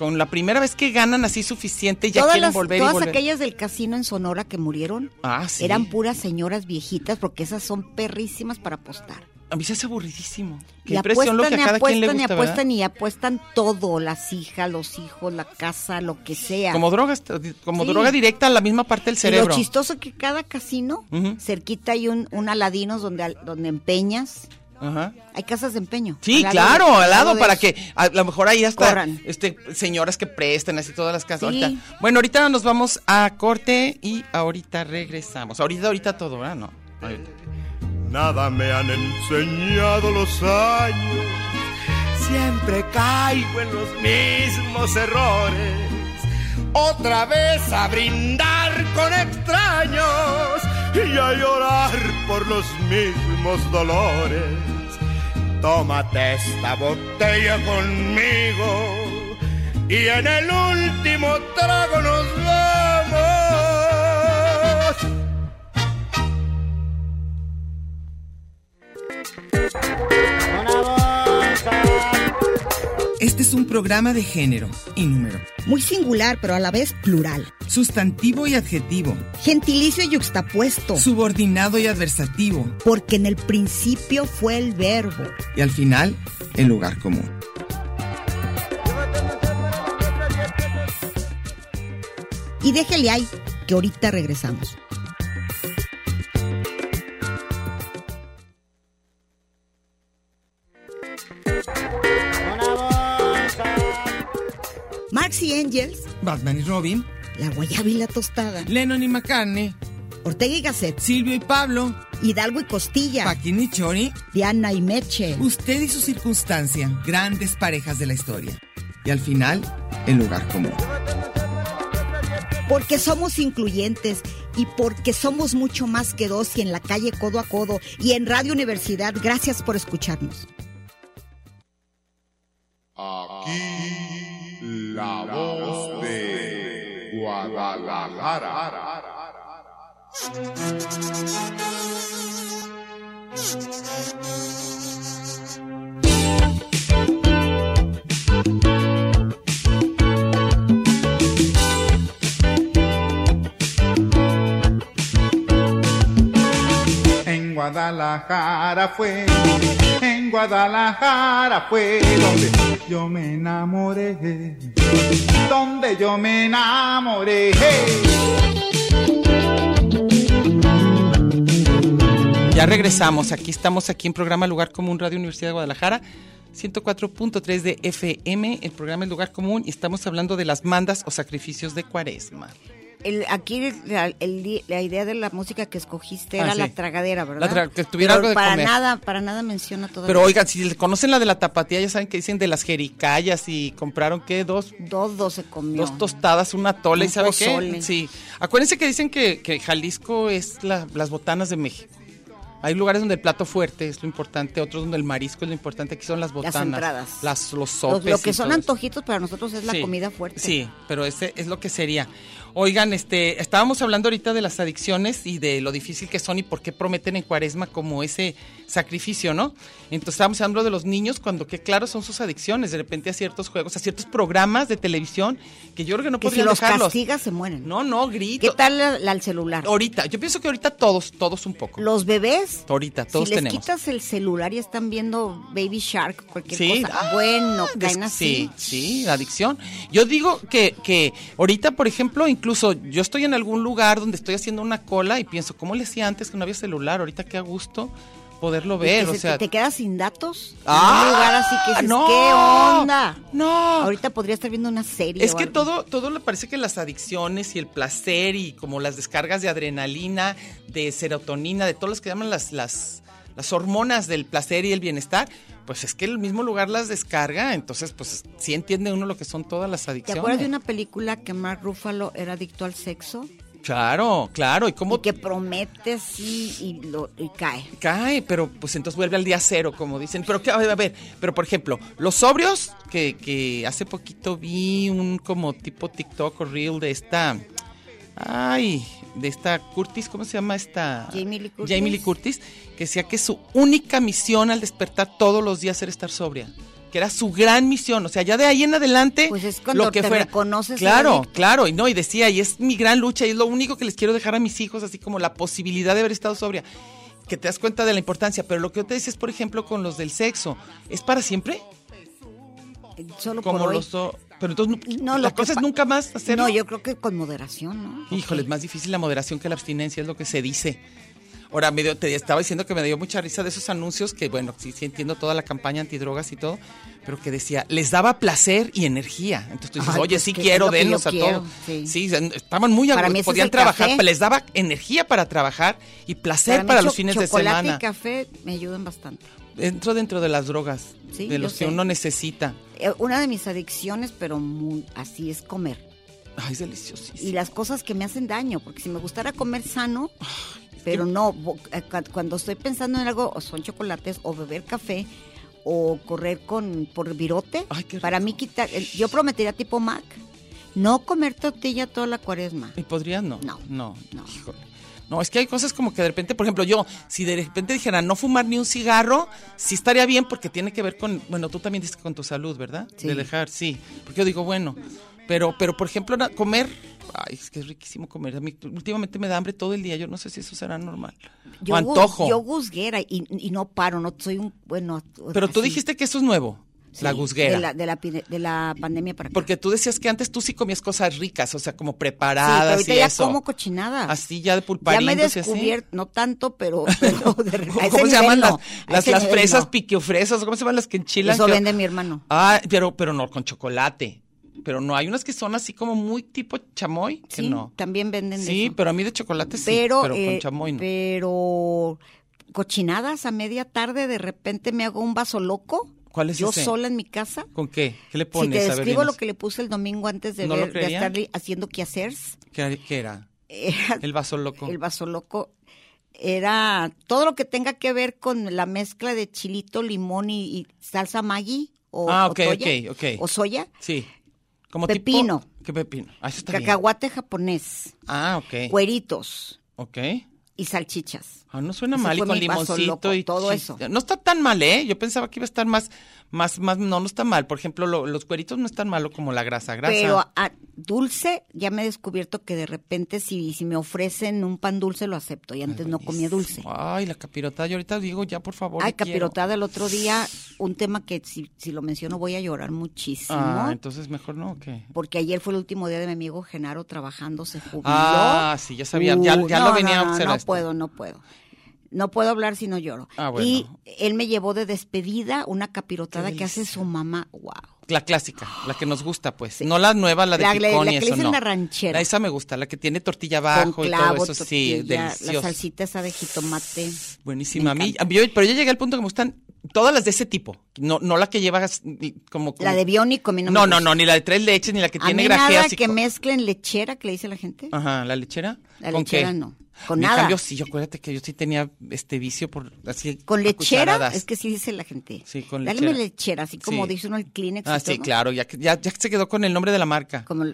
[SPEAKER 6] Con la primera vez que ganan así suficiente, ya
[SPEAKER 4] todas
[SPEAKER 6] quieren
[SPEAKER 4] las-
[SPEAKER 6] volver y
[SPEAKER 4] todas
[SPEAKER 6] volver.
[SPEAKER 4] aquellas del casino en Sonora que murieron
[SPEAKER 6] Ah, sí.
[SPEAKER 4] eran puras señoras viejitas porque esas son perrísimas para apostar.
[SPEAKER 6] A mí se hace aburridísimo. Qué
[SPEAKER 4] Y
[SPEAKER 6] impresión
[SPEAKER 4] apuestan,
[SPEAKER 6] lo que
[SPEAKER 4] y
[SPEAKER 6] a cada quien le
[SPEAKER 4] apuestan, y
[SPEAKER 6] gusta, ¿verdad?
[SPEAKER 4] apuestan, y apuestan todo, las hijas, los hijos, la casa, lo que sea.
[SPEAKER 6] Como drogas, como
[SPEAKER 4] Sí.
[SPEAKER 6] droga directa a la misma parte del
[SPEAKER 4] Y lo
[SPEAKER 6] cerebro.
[SPEAKER 4] chistoso que cada casino,
[SPEAKER 6] Ujú.
[SPEAKER 4] cerquita hay un, un Aladinos donde, al- donde empeñas.
[SPEAKER 6] Ajá.
[SPEAKER 4] Hay casas de empeño.
[SPEAKER 6] Sí,
[SPEAKER 4] al lado de-
[SPEAKER 6] claro, al lado
[SPEAKER 4] de
[SPEAKER 6] para
[SPEAKER 4] eso.
[SPEAKER 6] que a lo mejor ahí hasta
[SPEAKER 4] Corran.
[SPEAKER 6] este señoras que presten así todas las casas.
[SPEAKER 4] Sí.
[SPEAKER 6] Ahorita- Bueno, ahorita nos vamos a corte y ahorita regresamos. Ahorita ahorita todo, ¿verdad? No. Ahorita.
[SPEAKER 7] Nada me han enseñado los años. Siempre caigo en los mismos errores. Otra vez a brindar con extraños y a llorar por los mismos dolores. Tómate esta botella conmigo y en el último trago nos vamos.
[SPEAKER 3] Este es un programa de género y número,
[SPEAKER 4] Muy singular, pero a la vez plural.
[SPEAKER 3] sustantivo y adjetivo,
[SPEAKER 4] Gentilicio y
[SPEAKER 3] Oh.
[SPEAKER 4] yuxtapuesto.
[SPEAKER 3] subordinado y adversativo,
[SPEAKER 4] Porque en el principio fue el verbo.
[SPEAKER 3] y al final, el lugar común.
[SPEAKER 4] Y déjele ahí, que ahorita regresamos. Marx y Engels,
[SPEAKER 3] Batman y Robin,
[SPEAKER 4] la guayaba y la tostada,
[SPEAKER 3] Lennon y McCartney,
[SPEAKER 4] Ortega y Gasset,
[SPEAKER 3] Silvio y Pablo,
[SPEAKER 4] Hidalgo y Costilla,
[SPEAKER 3] Paquín y Chori,
[SPEAKER 4] Diana y Meche.
[SPEAKER 3] usted y su circunstancia, grandes parejas de la historia. Y al final, el lugar común.
[SPEAKER 4] Porque somos incluyentes y porque somos mucho más que dos y en la calle codo a codo y en Radio Universidad. Gracias por escucharnos.
[SPEAKER 8] Aquí la voz de Guadalajara.
[SPEAKER 9] En Guadalajara fue, en Guadalajara fue donde yo me enamoré, donde yo me enamoré.
[SPEAKER 6] Ya regresamos, aquí estamos aquí en programa Lugar Común Radio Universidad de Guadalajara, 104.3 de FM, el programa El Lugar Común y estamos hablando de las mandas o sacrificios de Cuaresma.
[SPEAKER 4] El- aquí la, el di- la idea de la música que escogiste
[SPEAKER 6] Ah,
[SPEAKER 4] era
[SPEAKER 6] sí.
[SPEAKER 4] la tragadera, ¿verdad?
[SPEAKER 6] La tra- que tuviera
[SPEAKER 4] Pero
[SPEAKER 6] algo de
[SPEAKER 4] para
[SPEAKER 6] comer.
[SPEAKER 4] nada, para nada menciona todo.
[SPEAKER 6] Pero oigan, si le conocen la de la tapatía, ya saben que dicen de las jericayas y compraron qué, dos,
[SPEAKER 4] todo se comió.
[SPEAKER 6] dos tostadas, una tola y
[SPEAKER 4] Un
[SPEAKER 6] sabe
[SPEAKER 4] pozole.
[SPEAKER 6] qué. Sí. Acuérdense que dicen que, que Jalisco es la- las botanas de México. Hay lugares donde el plato fuerte es lo importante, otros donde el marisco es lo importante, aquí son las botanas.
[SPEAKER 4] entradas.
[SPEAKER 6] las- los
[SPEAKER 4] Lo,
[SPEAKER 6] sopes.
[SPEAKER 4] lo
[SPEAKER 6] y
[SPEAKER 4] que son
[SPEAKER 6] todo eso.
[SPEAKER 4] antojitos para nosotros es la
[SPEAKER 6] Sí,
[SPEAKER 4] comida fuerte.
[SPEAKER 6] Sí, pero ese es lo que sería. Oigan, este, estábamos hablando ahorita de las adicciones y de lo difícil que son y por qué prometen en Cuaresma como ese sacrificio, ¿no? Entonces estábamos hablando de los niños cuando qué claro son sus adicciones, de repente a ciertos juegos, a ciertos programas de televisión que yo creo que no
[SPEAKER 4] Que si
[SPEAKER 6] podrían
[SPEAKER 4] los
[SPEAKER 6] dejarlos.
[SPEAKER 4] castigas se mueren.
[SPEAKER 6] No, no,
[SPEAKER 4] ¿Qué
[SPEAKER 6] grito.
[SPEAKER 4] tal la, la- el celular?
[SPEAKER 6] Ahorita, yo pienso que ahorita todos, todos un poco.
[SPEAKER 4] Los bebés.
[SPEAKER 6] Ahorita, todos
[SPEAKER 4] si les
[SPEAKER 6] tenemos.
[SPEAKER 4] quitas el celular y están viendo Baby Shark, cualquier
[SPEAKER 6] Sí,
[SPEAKER 4] cosa.
[SPEAKER 6] ah,
[SPEAKER 4] bueno,
[SPEAKER 6] des-
[SPEAKER 4] caen así.
[SPEAKER 6] Sí, sí, la adicción. Yo digo que, que ahorita, por ejemplo, incluso yo estoy en algún lugar donde estoy haciendo una cola y pienso, ¿cómo le hacía antes que no había celular? Ahorita qué a gusto poderlo
[SPEAKER 4] Y que
[SPEAKER 6] ver, o
[SPEAKER 4] se-
[SPEAKER 6] sea...
[SPEAKER 4] te quedas sin datos. en
[SPEAKER 6] ¡Ah!
[SPEAKER 4] un lugar así que dices,
[SPEAKER 6] ¡No!
[SPEAKER 4] ¿qué onda?
[SPEAKER 6] ¡No!
[SPEAKER 4] Ahorita podría estar viendo una serie.
[SPEAKER 6] Es
[SPEAKER 4] o
[SPEAKER 6] que
[SPEAKER 4] algo.
[SPEAKER 6] todo, todo le parece que las adicciones y el placer y como las descargas de adrenalina, de serotonina, de todas las que llaman las, las, las hormonas del placer y el bienestar, pues es que el mismo lugar las descarga, entonces pues sí entiende uno lo que son todas las
[SPEAKER 4] ¿Te
[SPEAKER 6] adicciones.
[SPEAKER 4] acuerdas de una película que Mark Ruffalo era adicto al sexo?
[SPEAKER 6] Claro, claro, y cómo
[SPEAKER 4] Y que promete sí y, lo, y cae.
[SPEAKER 6] cae, pero pues entonces vuelve al día cero, como dicen. Pero que, a ver, a ver, pero por ejemplo, los sobrios, que, que hace poquito vi un como tipo TikTok o reel de esta. Ay, de esta Curtis, ¿cómo se llama esta?
[SPEAKER 4] Jamie Lee Curtis.
[SPEAKER 6] Jamie Lee Curtis, que decía que su única misión al despertar todos los días era estar sobria. Que era su gran misión. O sea, ya de ahí en adelante.
[SPEAKER 4] Pues es cuando
[SPEAKER 6] lo que
[SPEAKER 4] te
[SPEAKER 6] fuera.
[SPEAKER 4] reconoces
[SPEAKER 6] Claro,
[SPEAKER 4] adicto.
[SPEAKER 6] claro. Y no, y decía, y es mi gran lucha, y es lo único que les quiero dejar a mis hijos, así como la posibilidad de haber estado sobria que te das cuenta de la importancia, pero lo que yo te decía es, por ejemplo, con los del sexo, ¿es para siempre?
[SPEAKER 4] Solo
[SPEAKER 6] Como
[SPEAKER 4] por hoy.
[SPEAKER 6] los... so- Pero entonces, nu-
[SPEAKER 4] No, lo
[SPEAKER 6] la
[SPEAKER 4] que
[SPEAKER 6] cosa es
[SPEAKER 4] pa-
[SPEAKER 6] nunca más hacerlo.
[SPEAKER 4] No, yo creo que con moderación, ¿no?
[SPEAKER 6] Híjole, es más difícil la moderación que la abstinencia, es lo que se dice. Ahora, me dio- te estaba diciendo que me dio mucha risa de esos anuncios, que bueno, sí, sí entiendo toda la campaña antidrogas y todo, pero que decía, les daba placer y energía. Entonces tú dices,
[SPEAKER 4] Ay,
[SPEAKER 6] oye,
[SPEAKER 4] pues,
[SPEAKER 6] sí
[SPEAKER 4] que es lo
[SPEAKER 6] quiero,
[SPEAKER 4] que yo
[SPEAKER 6] denos a
[SPEAKER 4] quiero,
[SPEAKER 6] todos.
[SPEAKER 4] sí.
[SPEAKER 6] Sí. estaban muy a
[SPEAKER 4] Para
[SPEAKER 6] gusto,
[SPEAKER 4] mí ese es
[SPEAKER 6] podían
[SPEAKER 4] el
[SPEAKER 6] trabajar,
[SPEAKER 4] café.
[SPEAKER 6] pero les daba energía para trabajar y placer para,
[SPEAKER 4] mí
[SPEAKER 6] los
[SPEAKER 4] cho-
[SPEAKER 6] fines de
[SPEAKER 4] chocolate
[SPEAKER 6] semana.
[SPEAKER 4] y café me ayudan bastante.
[SPEAKER 6] Entro dentro de las drogas,
[SPEAKER 4] Sí,
[SPEAKER 6] de
[SPEAKER 4] yo
[SPEAKER 6] los
[SPEAKER 4] sé.
[SPEAKER 6] que uno necesita.
[SPEAKER 4] Eh, Una de mis adicciones, pero muy, así es comer.
[SPEAKER 6] Ay, es
[SPEAKER 4] y
[SPEAKER 6] deliciosísimo.
[SPEAKER 4] las cosas que me hacen daño, porque si me gustara comer sano, pero no, bo- eh, cu- cuando estoy pensando en algo, o son chocolates o beber café o correr con por virote.
[SPEAKER 6] Ay, qué
[SPEAKER 4] Para
[SPEAKER 6] rico.
[SPEAKER 4] mí quitar, el- yo prometería tipo Mac, no comer tortilla toda la cuaresma.
[SPEAKER 6] ¿Y podrías no?
[SPEAKER 4] No.
[SPEAKER 6] No.
[SPEAKER 4] No.
[SPEAKER 6] Híjole. No, es que hay cosas como que de repente, por ejemplo, yo, si de repente dijera no fumar ni un cigarro, sí estaría bien porque tiene que ver con, bueno, tú también dices que con tu salud, ¿verdad?
[SPEAKER 4] Sí.
[SPEAKER 6] De dejar, sí. Porque yo digo, bueno, pero, pero por ejemplo, na- comer, ay, es que es riquísimo comer. A mí últimamente me da hambre todo el día, yo no sé si eso será normal.
[SPEAKER 4] Yo
[SPEAKER 6] o
[SPEAKER 4] gus-
[SPEAKER 6] antojo.
[SPEAKER 4] Yo guzguera y, y no paro, no soy un bueno.
[SPEAKER 6] pero tú
[SPEAKER 4] así.
[SPEAKER 6] dijiste que eso es nuevo, la
[SPEAKER 4] Sí,
[SPEAKER 6] guzguera.
[SPEAKER 4] De la, de la pide- de la pandemia para acá.
[SPEAKER 6] Porque tú decías que antes tú sí comías cosas ricas, o sea, como
[SPEAKER 4] Sí, pero
[SPEAKER 6] preparadas
[SPEAKER 4] ahorita
[SPEAKER 6] y
[SPEAKER 4] ya
[SPEAKER 6] eso.
[SPEAKER 4] como cochinadas.
[SPEAKER 6] Así ya de
[SPEAKER 4] Ya
[SPEAKER 6] pulparindos
[SPEAKER 4] me he
[SPEAKER 6] y así.
[SPEAKER 4] descubierto, no tanto, pero, pero de re- a
[SPEAKER 6] ¿Cómo
[SPEAKER 4] ese
[SPEAKER 6] se
[SPEAKER 4] nivel
[SPEAKER 6] llaman las,
[SPEAKER 4] no, a
[SPEAKER 6] las,
[SPEAKER 4] ese
[SPEAKER 6] las
[SPEAKER 4] nivel
[SPEAKER 6] fresas
[SPEAKER 4] no.
[SPEAKER 6] piqueofresas? ¿Cómo se llaman las que enchilan?
[SPEAKER 4] Eso
[SPEAKER 6] que-
[SPEAKER 4] vende mi hermano.
[SPEAKER 6] Ah, pero, pero no, con chocolate. Pero no, hay unas que son así como muy tipo chamoy, que
[SPEAKER 4] Sí,
[SPEAKER 6] no.
[SPEAKER 4] también venden de
[SPEAKER 6] Sí,
[SPEAKER 4] eso.
[SPEAKER 6] pero a mí de chocolate sí, pero,
[SPEAKER 4] pero, eh,
[SPEAKER 6] con chamoy no.
[SPEAKER 4] pero cochinadas a media tarde de repente me hago un vaso loco.
[SPEAKER 6] ¿Cuál es
[SPEAKER 4] Yo
[SPEAKER 6] ese?
[SPEAKER 4] sola en mi casa.
[SPEAKER 6] ¿Con qué? ¿Qué le
[SPEAKER 4] Si
[SPEAKER 6] pones?
[SPEAKER 4] te
[SPEAKER 6] A ver,
[SPEAKER 4] describo lo
[SPEAKER 6] dinos.
[SPEAKER 4] que le puse el domingo antes de,
[SPEAKER 6] ¿No lo
[SPEAKER 4] ver, de
[SPEAKER 6] creería?
[SPEAKER 4] estar li- haciendo quehaceres,
[SPEAKER 6] ¿Qué era- qué era?
[SPEAKER 4] era
[SPEAKER 6] El vaso loco.
[SPEAKER 4] el vaso loco era todo lo que tenga que ver con la mezcla de chilito, limón y, y salsa Maggi o,
[SPEAKER 6] Ah,
[SPEAKER 4] o
[SPEAKER 6] ok,
[SPEAKER 4] toya,
[SPEAKER 6] ok, ok.
[SPEAKER 4] o soya,
[SPEAKER 6] Sí. Como
[SPEAKER 4] Pepino.
[SPEAKER 6] Tipo, ¿Qué pepino? Ah, eso está bien.
[SPEAKER 4] cacahuate japonés,
[SPEAKER 6] Ah, ok.
[SPEAKER 4] cueritos
[SPEAKER 6] Ok.
[SPEAKER 4] y salchichas.
[SPEAKER 6] Ah, no suena
[SPEAKER 4] Ese
[SPEAKER 6] mal y
[SPEAKER 4] fue
[SPEAKER 6] con
[SPEAKER 4] mi vaso
[SPEAKER 6] limoncito
[SPEAKER 4] loco,
[SPEAKER 6] y
[SPEAKER 4] todo
[SPEAKER 6] chis-
[SPEAKER 4] eso.
[SPEAKER 6] No está tan mal, ¿eh? Yo pensaba que iba a estar más, más, más. No, no está mal. Por ejemplo, lo- los cueritos no están malo como la grasa, grasa.
[SPEAKER 4] Pero ah, a- dulce, ya me he descubierto que de repente si, si me ofrecen un pan dulce lo acepto y antes no comía dulce.
[SPEAKER 6] Ay, la capirotada. Yo ahorita digo ya, por favor.
[SPEAKER 4] Ay,
[SPEAKER 6] le quiero.
[SPEAKER 4] capirotada el otro día, un tema que si, si lo menciono voy a llorar muchísimo.
[SPEAKER 6] Ah, entonces mejor no, ¿o qué?
[SPEAKER 4] porque ayer fue el último día de mi amigo Genaro trabajando, se jubiló. Uh,
[SPEAKER 6] Ah, sí, ya sabía, ya- ya lo venía a
[SPEAKER 4] no,
[SPEAKER 6] observar
[SPEAKER 4] No,
[SPEAKER 6] esto.
[SPEAKER 4] puedo, no puedo. No puedo hablar si no lloro.
[SPEAKER 6] Ah, bueno.
[SPEAKER 4] Y él me llevó de despedida una capirotada
[SPEAKER 6] Qué
[SPEAKER 4] que hace su mamá. ¡Wow!
[SPEAKER 6] La clásica, la que nos gusta, pues. No la nueva, la de
[SPEAKER 4] La- la-
[SPEAKER 6] picón
[SPEAKER 4] la que
[SPEAKER 6] y
[SPEAKER 4] le
[SPEAKER 6] eso,
[SPEAKER 4] dicen
[SPEAKER 6] no.
[SPEAKER 4] la ranchera.
[SPEAKER 6] La- esa me gusta, la que tiene tortilla abajo
[SPEAKER 4] Con
[SPEAKER 6] y
[SPEAKER 4] clavo,
[SPEAKER 6] todo eso, sí,
[SPEAKER 4] tortilla, La
[SPEAKER 6] delicioso.
[SPEAKER 4] salsita esa de jitomate.
[SPEAKER 6] Buenísima. A
[SPEAKER 4] Me
[SPEAKER 6] mí, a mí- yo- pero yo llegué al punto que me gustan todas las de ese tipo. No, no la que llevas mm, como, como-
[SPEAKER 4] La de biónico, a mí no,
[SPEAKER 6] No,
[SPEAKER 4] me
[SPEAKER 6] no,
[SPEAKER 4] gusta.
[SPEAKER 6] no, ni la de tres leches, ni la que
[SPEAKER 4] A
[SPEAKER 6] tiene
[SPEAKER 4] mí nada
[SPEAKER 6] grajeas. y
[SPEAKER 4] que
[SPEAKER 6] co-
[SPEAKER 4] mezclen lechera, que le dice la gente.
[SPEAKER 6] Ajá, la lechera.
[SPEAKER 4] La
[SPEAKER 6] Ah, ¿Con
[SPEAKER 4] lechera
[SPEAKER 6] qué?
[SPEAKER 4] no, con
[SPEAKER 6] En
[SPEAKER 4] nada.
[SPEAKER 6] cambio, sí, yo acuérdate que yo sí tenía este vicio por así.
[SPEAKER 4] Con
[SPEAKER 6] a
[SPEAKER 4] lechera,
[SPEAKER 6] cucharadas.
[SPEAKER 4] es que sí dice la gente.
[SPEAKER 6] Sí, con
[SPEAKER 4] Dale
[SPEAKER 6] lechera.
[SPEAKER 4] mi lechera, así como
[SPEAKER 6] Sí.
[SPEAKER 4] dice uno el Kleenex. y
[SPEAKER 6] Ah, sí,
[SPEAKER 4] todo.
[SPEAKER 6] claro, ya, que- ya, ya se quedó con el nombre de la marca.
[SPEAKER 4] Como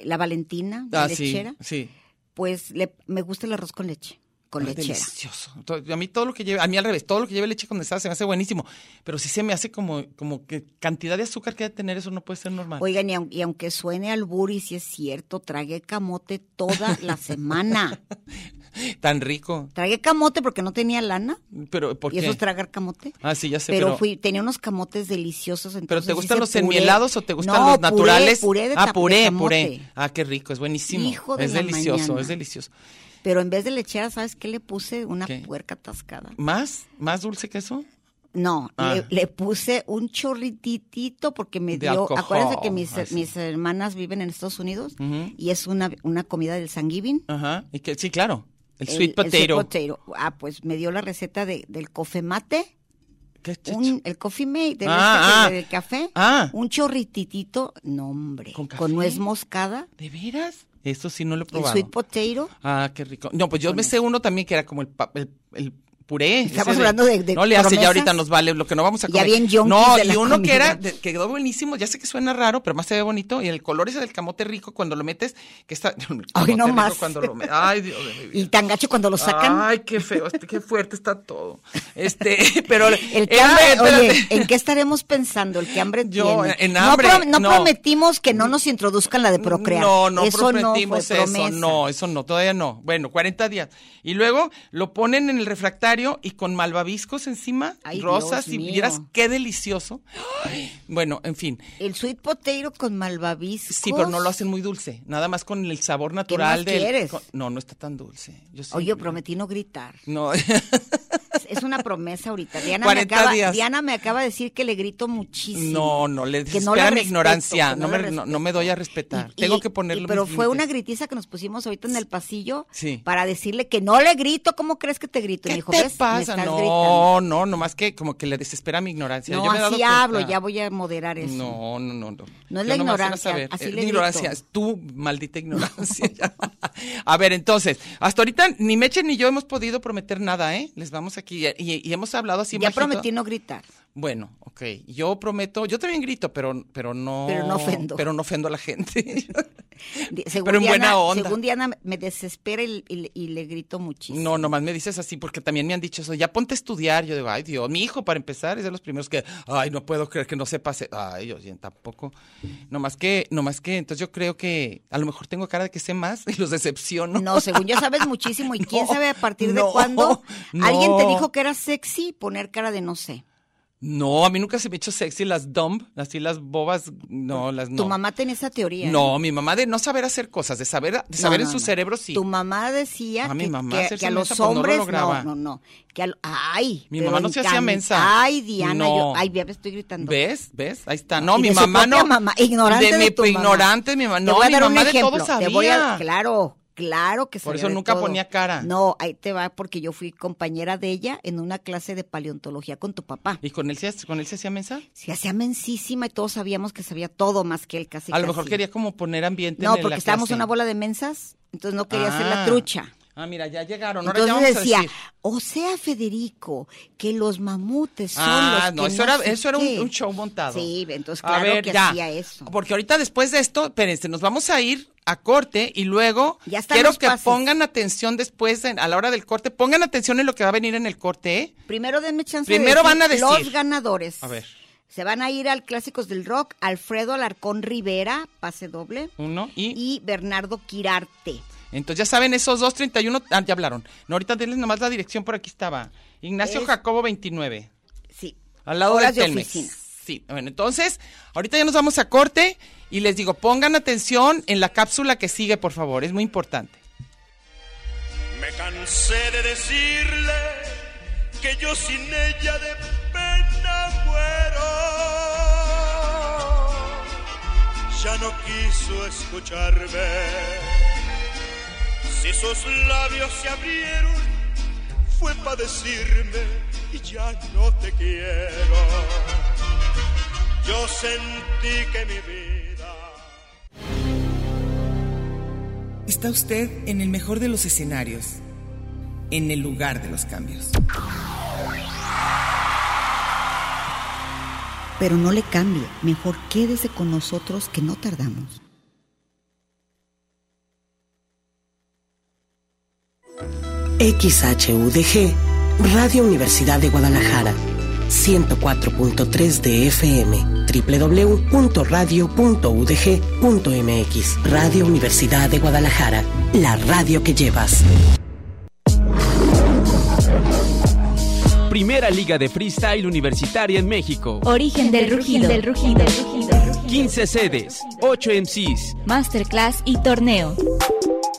[SPEAKER 4] la Valentina, la
[SPEAKER 6] Ah, sí,
[SPEAKER 4] lechera.
[SPEAKER 6] sí.
[SPEAKER 4] Pues le- me gusta el arroz con leche, con
[SPEAKER 6] Ay,
[SPEAKER 4] lechera.
[SPEAKER 6] Ah, Delicioso. To- A mí todo lo que lleve, a mí al revés, todo lo que lleve leche condensada se me hace buenísimo, pero sí se me hace como, como que cantidad de azúcar que debe tener, eso no puede ser normal.
[SPEAKER 4] Oigan, y, aun- y aunque suene al buri, si es cierto, tragué camote toda la semana.
[SPEAKER 6] Tan rico.
[SPEAKER 4] Tragué camote porque no tenía lana.
[SPEAKER 6] Pero, ¿por
[SPEAKER 4] y eso
[SPEAKER 6] qué?
[SPEAKER 4] es tragar camote.
[SPEAKER 6] Ah, sí, ya sé,
[SPEAKER 4] pero,
[SPEAKER 6] pero-
[SPEAKER 4] fui, tenía unos camotes deliciosos.
[SPEAKER 6] ¿Pero
[SPEAKER 4] entonces
[SPEAKER 6] te gustan
[SPEAKER 4] hice
[SPEAKER 6] los
[SPEAKER 4] puré.
[SPEAKER 6] enmielados o te gustan
[SPEAKER 4] No,
[SPEAKER 6] los
[SPEAKER 4] puré,
[SPEAKER 6] naturales?
[SPEAKER 4] Puré, de
[SPEAKER 6] ah, puré, puré.
[SPEAKER 4] puré.
[SPEAKER 6] Ah, qué rico, es buenísimo.
[SPEAKER 4] Hijo de
[SPEAKER 6] es
[SPEAKER 4] la
[SPEAKER 6] delicioso,
[SPEAKER 4] mañana.
[SPEAKER 6] es delicioso.
[SPEAKER 4] Pero en vez de lechera, ¿sabes qué le puse? Una
[SPEAKER 6] ¿Qué?
[SPEAKER 4] puerca atascada.
[SPEAKER 6] ¿Más? ¿Más dulce que eso?
[SPEAKER 4] No,
[SPEAKER 6] Ah.
[SPEAKER 4] le, le puse un chorrititito porque me
[SPEAKER 6] De
[SPEAKER 4] dio.
[SPEAKER 6] alcohol,
[SPEAKER 4] acuérdense que mis,
[SPEAKER 6] ah, sí.
[SPEAKER 4] mis hermanas viven en Estados Unidos
[SPEAKER 6] Ujú.
[SPEAKER 4] y es una, una comida del Thanksgiving.
[SPEAKER 6] Ajá. Y que, sí, claro. El,
[SPEAKER 4] El-
[SPEAKER 6] sweet
[SPEAKER 4] el sweet
[SPEAKER 6] potato.
[SPEAKER 4] potato. Ah, pues me dio la receta de- del coffee mate,
[SPEAKER 6] ¿Qué es
[SPEAKER 4] un-
[SPEAKER 6] chicho?
[SPEAKER 4] el coffee mate, del,
[SPEAKER 6] Ah,
[SPEAKER 4] este que-
[SPEAKER 6] ah.
[SPEAKER 4] del café,
[SPEAKER 6] Ah.
[SPEAKER 4] un chorrititito, no hombre,
[SPEAKER 6] ¿Con
[SPEAKER 4] con,
[SPEAKER 6] café?
[SPEAKER 4] nuez moscada,
[SPEAKER 6] ¿De veras? Eso sí no lo he
[SPEAKER 4] el
[SPEAKER 6] probado.
[SPEAKER 4] sweet potato.
[SPEAKER 6] Ah, qué rico. No, pues yo me sé uno también que era como el, pa- el, el puré.
[SPEAKER 4] Estamos
[SPEAKER 6] ese
[SPEAKER 4] hablando de- de
[SPEAKER 6] No le hace,
[SPEAKER 4] promesas.
[SPEAKER 6] ya ahorita nos vale lo que no vamos a
[SPEAKER 4] Ya
[SPEAKER 6] comer.
[SPEAKER 4] bien yonkis
[SPEAKER 6] No,
[SPEAKER 4] de
[SPEAKER 6] y
[SPEAKER 4] la
[SPEAKER 6] uno que era,
[SPEAKER 4] comida.
[SPEAKER 6] de- que quedó buenísimo, ya sé que suena raro, pero más se ve bonito. Y el color ese del camote rico cuando lo metes, que está. el camote
[SPEAKER 4] no
[SPEAKER 6] rico
[SPEAKER 4] más.
[SPEAKER 6] Cuando lo metes. Ay, Dios de mi vida.
[SPEAKER 4] Y tan gacho cuando lo sacan.
[SPEAKER 6] Ay, qué feo, este, qué fuerte está todo. Este, pero
[SPEAKER 4] El que
[SPEAKER 6] era-
[SPEAKER 4] hambre-
[SPEAKER 6] espérate.
[SPEAKER 4] oye, ¿en qué estaremos pensando? El que hambre
[SPEAKER 6] Yo,
[SPEAKER 4] tiene.
[SPEAKER 6] en
[SPEAKER 4] No
[SPEAKER 6] hambre,
[SPEAKER 4] pro- no,
[SPEAKER 6] no.
[SPEAKER 4] prometimos que no nos introduzcan la de procrear.
[SPEAKER 6] No, no
[SPEAKER 4] eso
[SPEAKER 6] prometimos
[SPEAKER 4] no fue
[SPEAKER 6] eso,
[SPEAKER 4] promesa.
[SPEAKER 6] no, eso no, todavía no. Bueno, 40 días. Y luego lo ponen en el refractario y con malvaviscos encima,
[SPEAKER 4] Ay,
[SPEAKER 6] rosas,
[SPEAKER 4] Dios
[SPEAKER 6] y
[SPEAKER 4] mío.
[SPEAKER 6] vieras qué delicioso. Ay, Bueno, en fin.
[SPEAKER 4] El sweet potato con malvaviscos.
[SPEAKER 6] Sí, pero no lo hacen muy dulce, nada más con el sabor natural
[SPEAKER 4] más
[SPEAKER 6] del-
[SPEAKER 4] quieres?
[SPEAKER 6] con- no, no está tan dulce. Yo sí-
[SPEAKER 4] Oye, prometí no gritar.
[SPEAKER 6] No.
[SPEAKER 4] Es una promesa ahorita. Diana, me
[SPEAKER 6] 40
[SPEAKER 4] acaba,
[SPEAKER 6] días.
[SPEAKER 4] Diana me acaba de decir que le grito muchísimo.
[SPEAKER 6] No, no, le
[SPEAKER 4] Que
[SPEAKER 6] desespera
[SPEAKER 4] no la
[SPEAKER 6] mi
[SPEAKER 4] respeto,
[SPEAKER 6] ignorancia.
[SPEAKER 4] que
[SPEAKER 6] No,
[SPEAKER 4] no la
[SPEAKER 6] me, no, no me doy a respetar.
[SPEAKER 4] Y-
[SPEAKER 6] Tengo
[SPEAKER 4] y-
[SPEAKER 6] que ponerle.
[SPEAKER 4] y- pero
[SPEAKER 6] mis
[SPEAKER 4] fue una
[SPEAKER 6] límites.
[SPEAKER 4] gritiza que nos pusimos ahorita en el pasillo
[SPEAKER 6] Sí.
[SPEAKER 4] para decirle que no le grito. ¿Cómo crees que te grito? Y me
[SPEAKER 6] ¿Qué
[SPEAKER 4] dijo,
[SPEAKER 6] te
[SPEAKER 4] "¿Ves? Me
[SPEAKER 6] pasa?
[SPEAKER 4] estás
[SPEAKER 6] No,
[SPEAKER 4] gritando".
[SPEAKER 6] no, nomás que como que le desespera mi ignorancia.
[SPEAKER 4] No,
[SPEAKER 6] Yo me he dado
[SPEAKER 4] así
[SPEAKER 6] cuenta.
[SPEAKER 4] hablo, ya voy a moderar eso.
[SPEAKER 6] No, no, no, no.
[SPEAKER 4] No es
[SPEAKER 6] Yo
[SPEAKER 4] la
[SPEAKER 6] nomás era
[SPEAKER 4] ignorancia,
[SPEAKER 6] saber.
[SPEAKER 4] así
[SPEAKER 6] Eh,
[SPEAKER 4] le
[SPEAKER 6] mi ignorancia,
[SPEAKER 4] grito.
[SPEAKER 6] es tu maldita ignorancia. ya. a ver, entonces, hasta ahorita ni Meche ni yo hemos podido prometer nada, ¿eh? Les vamos aquí y, y- y hemos hablado así
[SPEAKER 4] ya
[SPEAKER 6] bajito.
[SPEAKER 4] prometí no gritar.
[SPEAKER 6] Bueno, ok. Yo prometo, yo también grito, pero, pero no.
[SPEAKER 4] Pero no ofendo.
[SPEAKER 6] Pero no ofendo a la gente.
[SPEAKER 4] Di- Según
[SPEAKER 6] Pero en
[SPEAKER 4] Diana,
[SPEAKER 6] buena onda.
[SPEAKER 4] Según Diana, me desespera y, y- y le grito muchísimo.
[SPEAKER 6] no, nomás me dices así, porque también me han dicho eso. Ya ponte a estudiar. Yo digo, ay, Dios, mi hijo, para empezar, es de los primeros que, ay, no puedo creer que no sepa. hacer- Ay, oye, tampoco. Nomás que, nomás que, entonces yo creo que a lo mejor tengo cara de que sé más y los decepciono.
[SPEAKER 4] No, según yo sabes muchísimo y quién
[SPEAKER 6] No,
[SPEAKER 4] sabe a partir de
[SPEAKER 6] no,
[SPEAKER 4] cuándo
[SPEAKER 6] no.
[SPEAKER 4] alguien te dijo que era sexy poner cara de no sé.
[SPEAKER 6] No, a mí nunca se me ha hecho sexy las dumb, así las bobas, no, las no.
[SPEAKER 4] Tu mamá tenía esa teoría. ¿eh?
[SPEAKER 6] No, mi mamá de no saber hacer cosas, de saber, de
[SPEAKER 4] No,
[SPEAKER 6] saber en
[SPEAKER 4] no,
[SPEAKER 6] su
[SPEAKER 4] no.
[SPEAKER 6] cerebro sí.
[SPEAKER 4] Tu mamá decía
[SPEAKER 6] Ah,
[SPEAKER 4] que,
[SPEAKER 6] mi mamá
[SPEAKER 4] que-
[SPEAKER 6] hacerse
[SPEAKER 4] que a los
[SPEAKER 6] mensa, pues, no lo
[SPEAKER 4] hombres
[SPEAKER 6] lograba.
[SPEAKER 4] no, no, no, que a lo- ay,
[SPEAKER 6] Mi
[SPEAKER 4] pero
[SPEAKER 6] mamá no se hacía
[SPEAKER 4] encan-
[SPEAKER 6] mensa.
[SPEAKER 4] Ay, Diana,
[SPEAKER 6] No.
[SPEAKER 4] yo, ay, ya me estoy gritando.
[SPEAKER 6] ¿Ves? ¿Ves? Ahí está.
[SPEAKER 4] Y
[SPEAKER 6] No, mi
[SPEAKER 4] de su
[SPEAKER 6] mamá
[SPEAKER 4] propia
[SPEAKER 6] no.
[SPEAKER 4] mamá, ignorante de,
[SPEAKER 6] mi
[SPEAKER 4] tu mamá.
[SPEAKER 6] ignorante, mi mamá.
[SPEAKER 4] Te
[SPEAKER 6] No,
[SPEAKER 4] voy a
[SPEAKER 6] mi
[SPEAKER 4] dar un
[SPEAKER 6] mamá de todo
[SPEAKER 4] ejemplo, te voy a-
[SPEAKER 6] sabía.
[SPEAKER 4] claro, claro que
[SPEAKER 6] Por
[SPEAKER 4] sabía
[SPEAKER 6] eso
[SPEAKER 4] de
[SPEAKER 6] nunca
[SPEAKER 4] todo.
[SPEAKER 6] ponía cara.
[SPEAKER 4] No, ahí te va porque yo fui compañera de ella en una clase de paleontología con tu papá.
[SPEAKER 6] ¿Y con él, se- con él se hacía mensa?
[SPEAKER 4] Se hacía mensísima y todos sabíamos que sabía todo más que él casi.
[SPEAKER 6] a lo mejor
[SPEAKER 4] casi.
[SPEAKER 6] quería como poner ambiente
[SPEAKER 4] No,
[SPEAKER 6] en
[SPEAKER 4] porque
[SPEAKER 6] la
[SPEAKER 4] estábamos
[SPEAKER 6] clase.
[SPEAKER 4] en una bola de mensas, entonces no quería hacer
[SPEAKER 6] Ah.
[SPEAKER 4] la trucha.
[SPEAKER 6] Ah, mira, ya llegaron. Ahora ya
[SPEAKER 4] Entonces
[SPEAKER 6] vamos a
[SPEAKER 4] decía,
[SPEAKER 6] decir.
[SPEAKER 4] o sea, Federico, que los mamutes son
[SPEAKER 6] Ah,
[SPEAKER 4] los
[SPEAKER 6] no,
[SPEAKER 4] que
[SPEAKER 6] eso era,
[SPEAKER 4] sé
[SPEAKER 6] eso era un,
[SPEAKER 4] qué".
[SPEAKER 6] un show montado.
[SPEAKER 4] Sí, entonces
[SPEAKER 6] A
[SPEAKER 4] claro
[SPEAKER 6] ver,
[SPEAKER 4] que
[SPEAKER 6] ya.
[SPEAKER 4] hacía eso.
[SPEAKER 6] Porque ahorita después de esto, espérense, nos vamos a ir a corte y luego
[SPEAKER 4] Ya están
[SPEAKER 6] quiero
[SPEAKER 4] los
[SPEAKER 6] que
[SPEAKER 4] pases.
[SPEAKER 6] pongan atención después en- a la hora del corte. Pongan atención en lo que va a venir en el corte, ¿eh?
[SPEAKER 4] Primero denme chance
[SPEAKER 6] Primero
[SPEAKER 4] de
[SPEAKER 6] van a decir.
[SPEAKER 4] los ganadores.
[SPEAKER 6] A ver.
[SPEAKER 4] Se van a ir al Clásicos del Rock, Alfredo Alarcón Rivera, pase doble,
[SPEAKER 6] Uno y...
[SPEAKER 4] y Bernardo Quirarte.
[SPEAKER 6] Entonces ya saben, esos 231, ah, ya hablaron. No, ahorita denles nomás la dirección, por aquí estaba. Ignacio
[SPEAKER 4] Es-
[SPEAKER 6] Jacobo 29,
[SPEAKER 4] Sí.
[SPEAKER 6] al lado
[SPEAKER 4] Horas
[SPEAKER 6] de
[SPEAKER 4] de
[SPEAKER 6] Telmex.
[SPEAKER 4] oficina.
[SPEAKER 6] sí, bueno, entonces, ahorita ya nos vamos a corte y les digo, pongan atención en la cápsula que sigue, por favor, es muy importante.
[SPEAKER 7] Me cansé de decirle que yo sin ella de pena muero. Ya no quiso escucharme. Si sus labios se abrieron, fue para decirme y ya no te quiero. Yo sentí que mi vida
[SPEAKER 3] Está usted en el mejor de los escenarios, en el lugar de los cambios.
[SPEAKER 4] Pero no le cambie, mejor quédese con nosotros que no tardamos.
[SPEAKER 10] XHUDG, Radio Universidad de Guadalajara, 104.3 de FM, www.radio.udg.mx, Radio Universidad de Guadalajara, la radio que llevas.
[SPEAKER 11] Primera liga de freestyle universitaria en México.
[SPEAKER 12] Origen del rugido, del rugido, del rugido.
[SPEAKER 11] 15 sedes, 8 MCs.
[SPEAKER 12] Masterclass y torneo.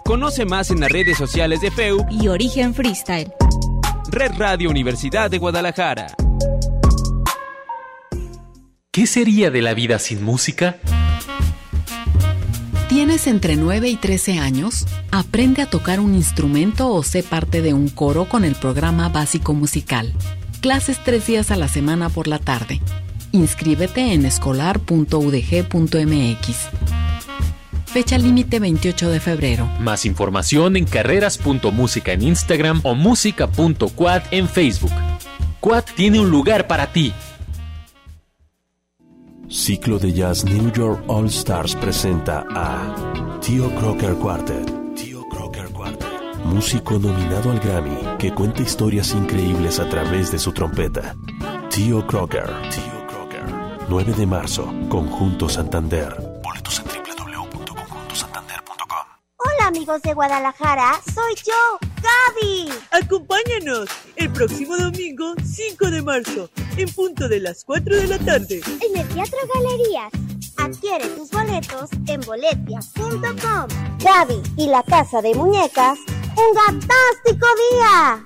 [SPEAKER 11] Conoce más en las redes sociales de FEU,
[SPEAKER 12] Y origen freestyle.
[SPEAKER 11] Red Radio Universidad de Guadalajara.
[SPEAKER 10] ¿Qué sería de la vida sin música?
[SPEAKER 12] ¿Tienes entre 9 y 13 años? Aprende a tocar un instrumento o sé parte de un coro con el programa básico musical. Clases tres días a la semana por la tarde. Inscríbete en escolar.udg.mx. Fecha límite 28 de febrero.
[SPEAKER 10] Más información en carreras.música en Instagram o música.quad en Facebook. Quad tiene un lugar para ti.
[SPEAKER 8] Ciclo de Jazz New York All Stars presenta a Tío Crocker Quartet. Tío Crocker Quartet. Músico nominado al Grammy que cuenta historias increíbles a través de su trompeta. Tío Crocker. Tío Crocker. 9 de marzo, Conjunto Santander. Boletos en www.conjuntosantander.com.
[SPEAKER 12] Hola amigos de Guadalajara, soy yo, Gaby.
[SPEAKER 2] Acompáñanos el próximo domingo 5 de marzo en punto de las 4 de la tarde.
[SPEAKER 12] En el Teatro Galerías. Adquiere tus boletos en boletia.com. Gaby y la Casa de Muñecas, un fantástico día.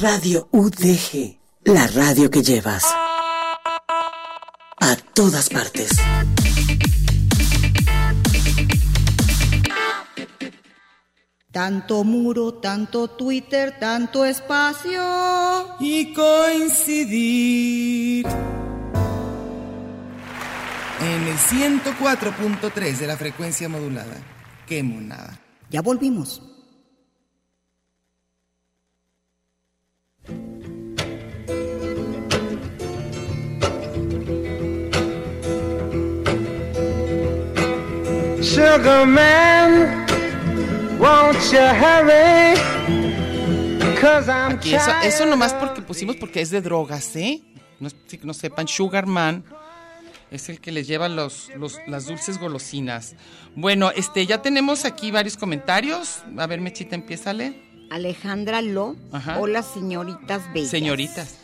[SPEAKER 10] Radio UDG, la radio que llevas a todas partes.
[SPEAKER 4] Tanto muro, tanto Twitter, tanto espacio.
[SPEAKER 3] Y coincidir. En el 104.3 de la frecuencia modulada. Qué monada.
[SPEAKER 4] Ya volvimos.
[SPEAKER 13] Sugar man, won't you hurry? Cause I'm
[SPEAKER 6] Aquí eso, eso nomás porque pusimos porque es de drogas, ¿eh? No, es- si no sepan, Sugar Man es el que les lleva los, los- las dulces golosinas. Bueno, este, ya tenemos aquí varios comentarios. A ver, Mechita, empiézale.
[SPEAKER 4] Alejandra Lo,
[SPEAKER 6] Ajá.
[SPEAKER 4] hola señoritas bellas.
[SPEAKER 6] Señoritas.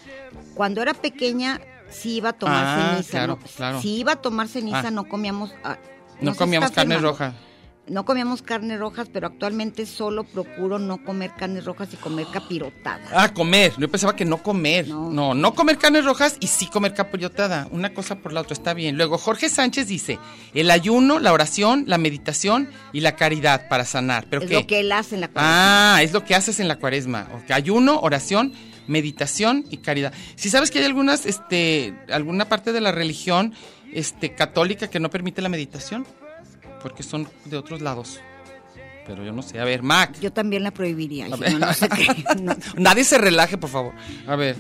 [SPEAKER 4] Cuando era pequeña sí iba a tomar
[SPEAKER 6] Ah,
[SPEAKER 4] ceniza.
[SPEAKER 6] claro,
[SPEAKER 4] no,
[SPEAKER 6] claro.
[SPEAKER 4] Si iba a tomar ceniza
[SPEAKER 6] Ah.
[SPEAKER 4] no comíamos... ah,
[SPEAKER 6] No
[SPEAKER 4] nos
[SPEAKER 6] comíamos
[SPEAKER 4] está
[SPEAKER 6] carne
[SPEAKER 4] firmando.
[SPEAKER 6] roja.
[SPEAKER 4] No comíamos carne rojas, pero actualmente solo procuro no comer carnes rojas y comer capirotada.
[SPEAKER 6] Ah, comer. Yo pensaba que no comer. No. no, comer carnes rojas y sí comer capriotada. Una cosa por la otra está bien. Luego, Jorge Sánchez dice: el ayuno, la oración, la meditación y la caridad para sanar. ¿Pero
[SPEAKER 4] es
[SPEAKER 6] qué?
[SPEAKER 4] lo que él hace en la
[SPEAKER 6] Ah, es lo que haces en la cuaresma. Ok, Ayuno, oración, meditación y caridad. Si sabes que hay algunas, este, alguna parte de la religión este, católica que no permite la meditación, porque son de otros lados. Pero yo no sé. A ver, Mac.
[SPEAKER 4] Yo también la prohibiría.
[SPEAKER 6] A
[SPEAKER 4] si
[SPEAKER 6] ver.
[SPEAKER 4] no, no sé qué.
[SPEAKER 6] Nadie se relaje, por favor. A ver.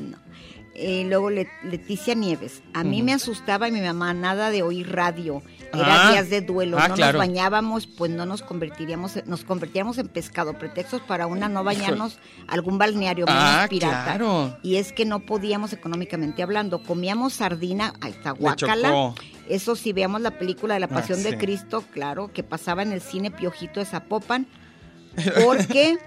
[SPEAKER 4] Eh, luego Le- Leticia Nieves. A mí
[SPEAKER 6] Ujú.
[SPEAKER 4] me asustaba mi mamá nada de oír radio. Era
[SPEAKER 6] Ah.
[SPEAKER 4] días de duelo.
[SPEAKER 6] Ah,
[SPEAKER 4] no
[SPEAKER 6] claro.
[SPEAKER 4] nos bañábamos, pues no nos convertiríamos, en- nos convertíamos en pescado. Pretextos para una no bañarnos a algún balneario menos
[SPEAKER 6] Ah,
[SPEAKER 4] pirata.
[SPEAKER 6] claro.
[SPEAKER 4] Y es que no podíamos económicamente hablando. Comíamos sardina, ahí está,
[SPEAKER 6] Le
[SPEAKER 4] guácala.
[SPEAKER 6] chocó.
[SPEAKER 4] Eso si veamos la película de la
[SPEAKER 6] Ah,
[SPEAKER 4] Pasión
[SPEAKER 6] sí.
[SPEAKER 4] de Cristo, claro, que pasaba en el cine Piojito de Zapopan. Porque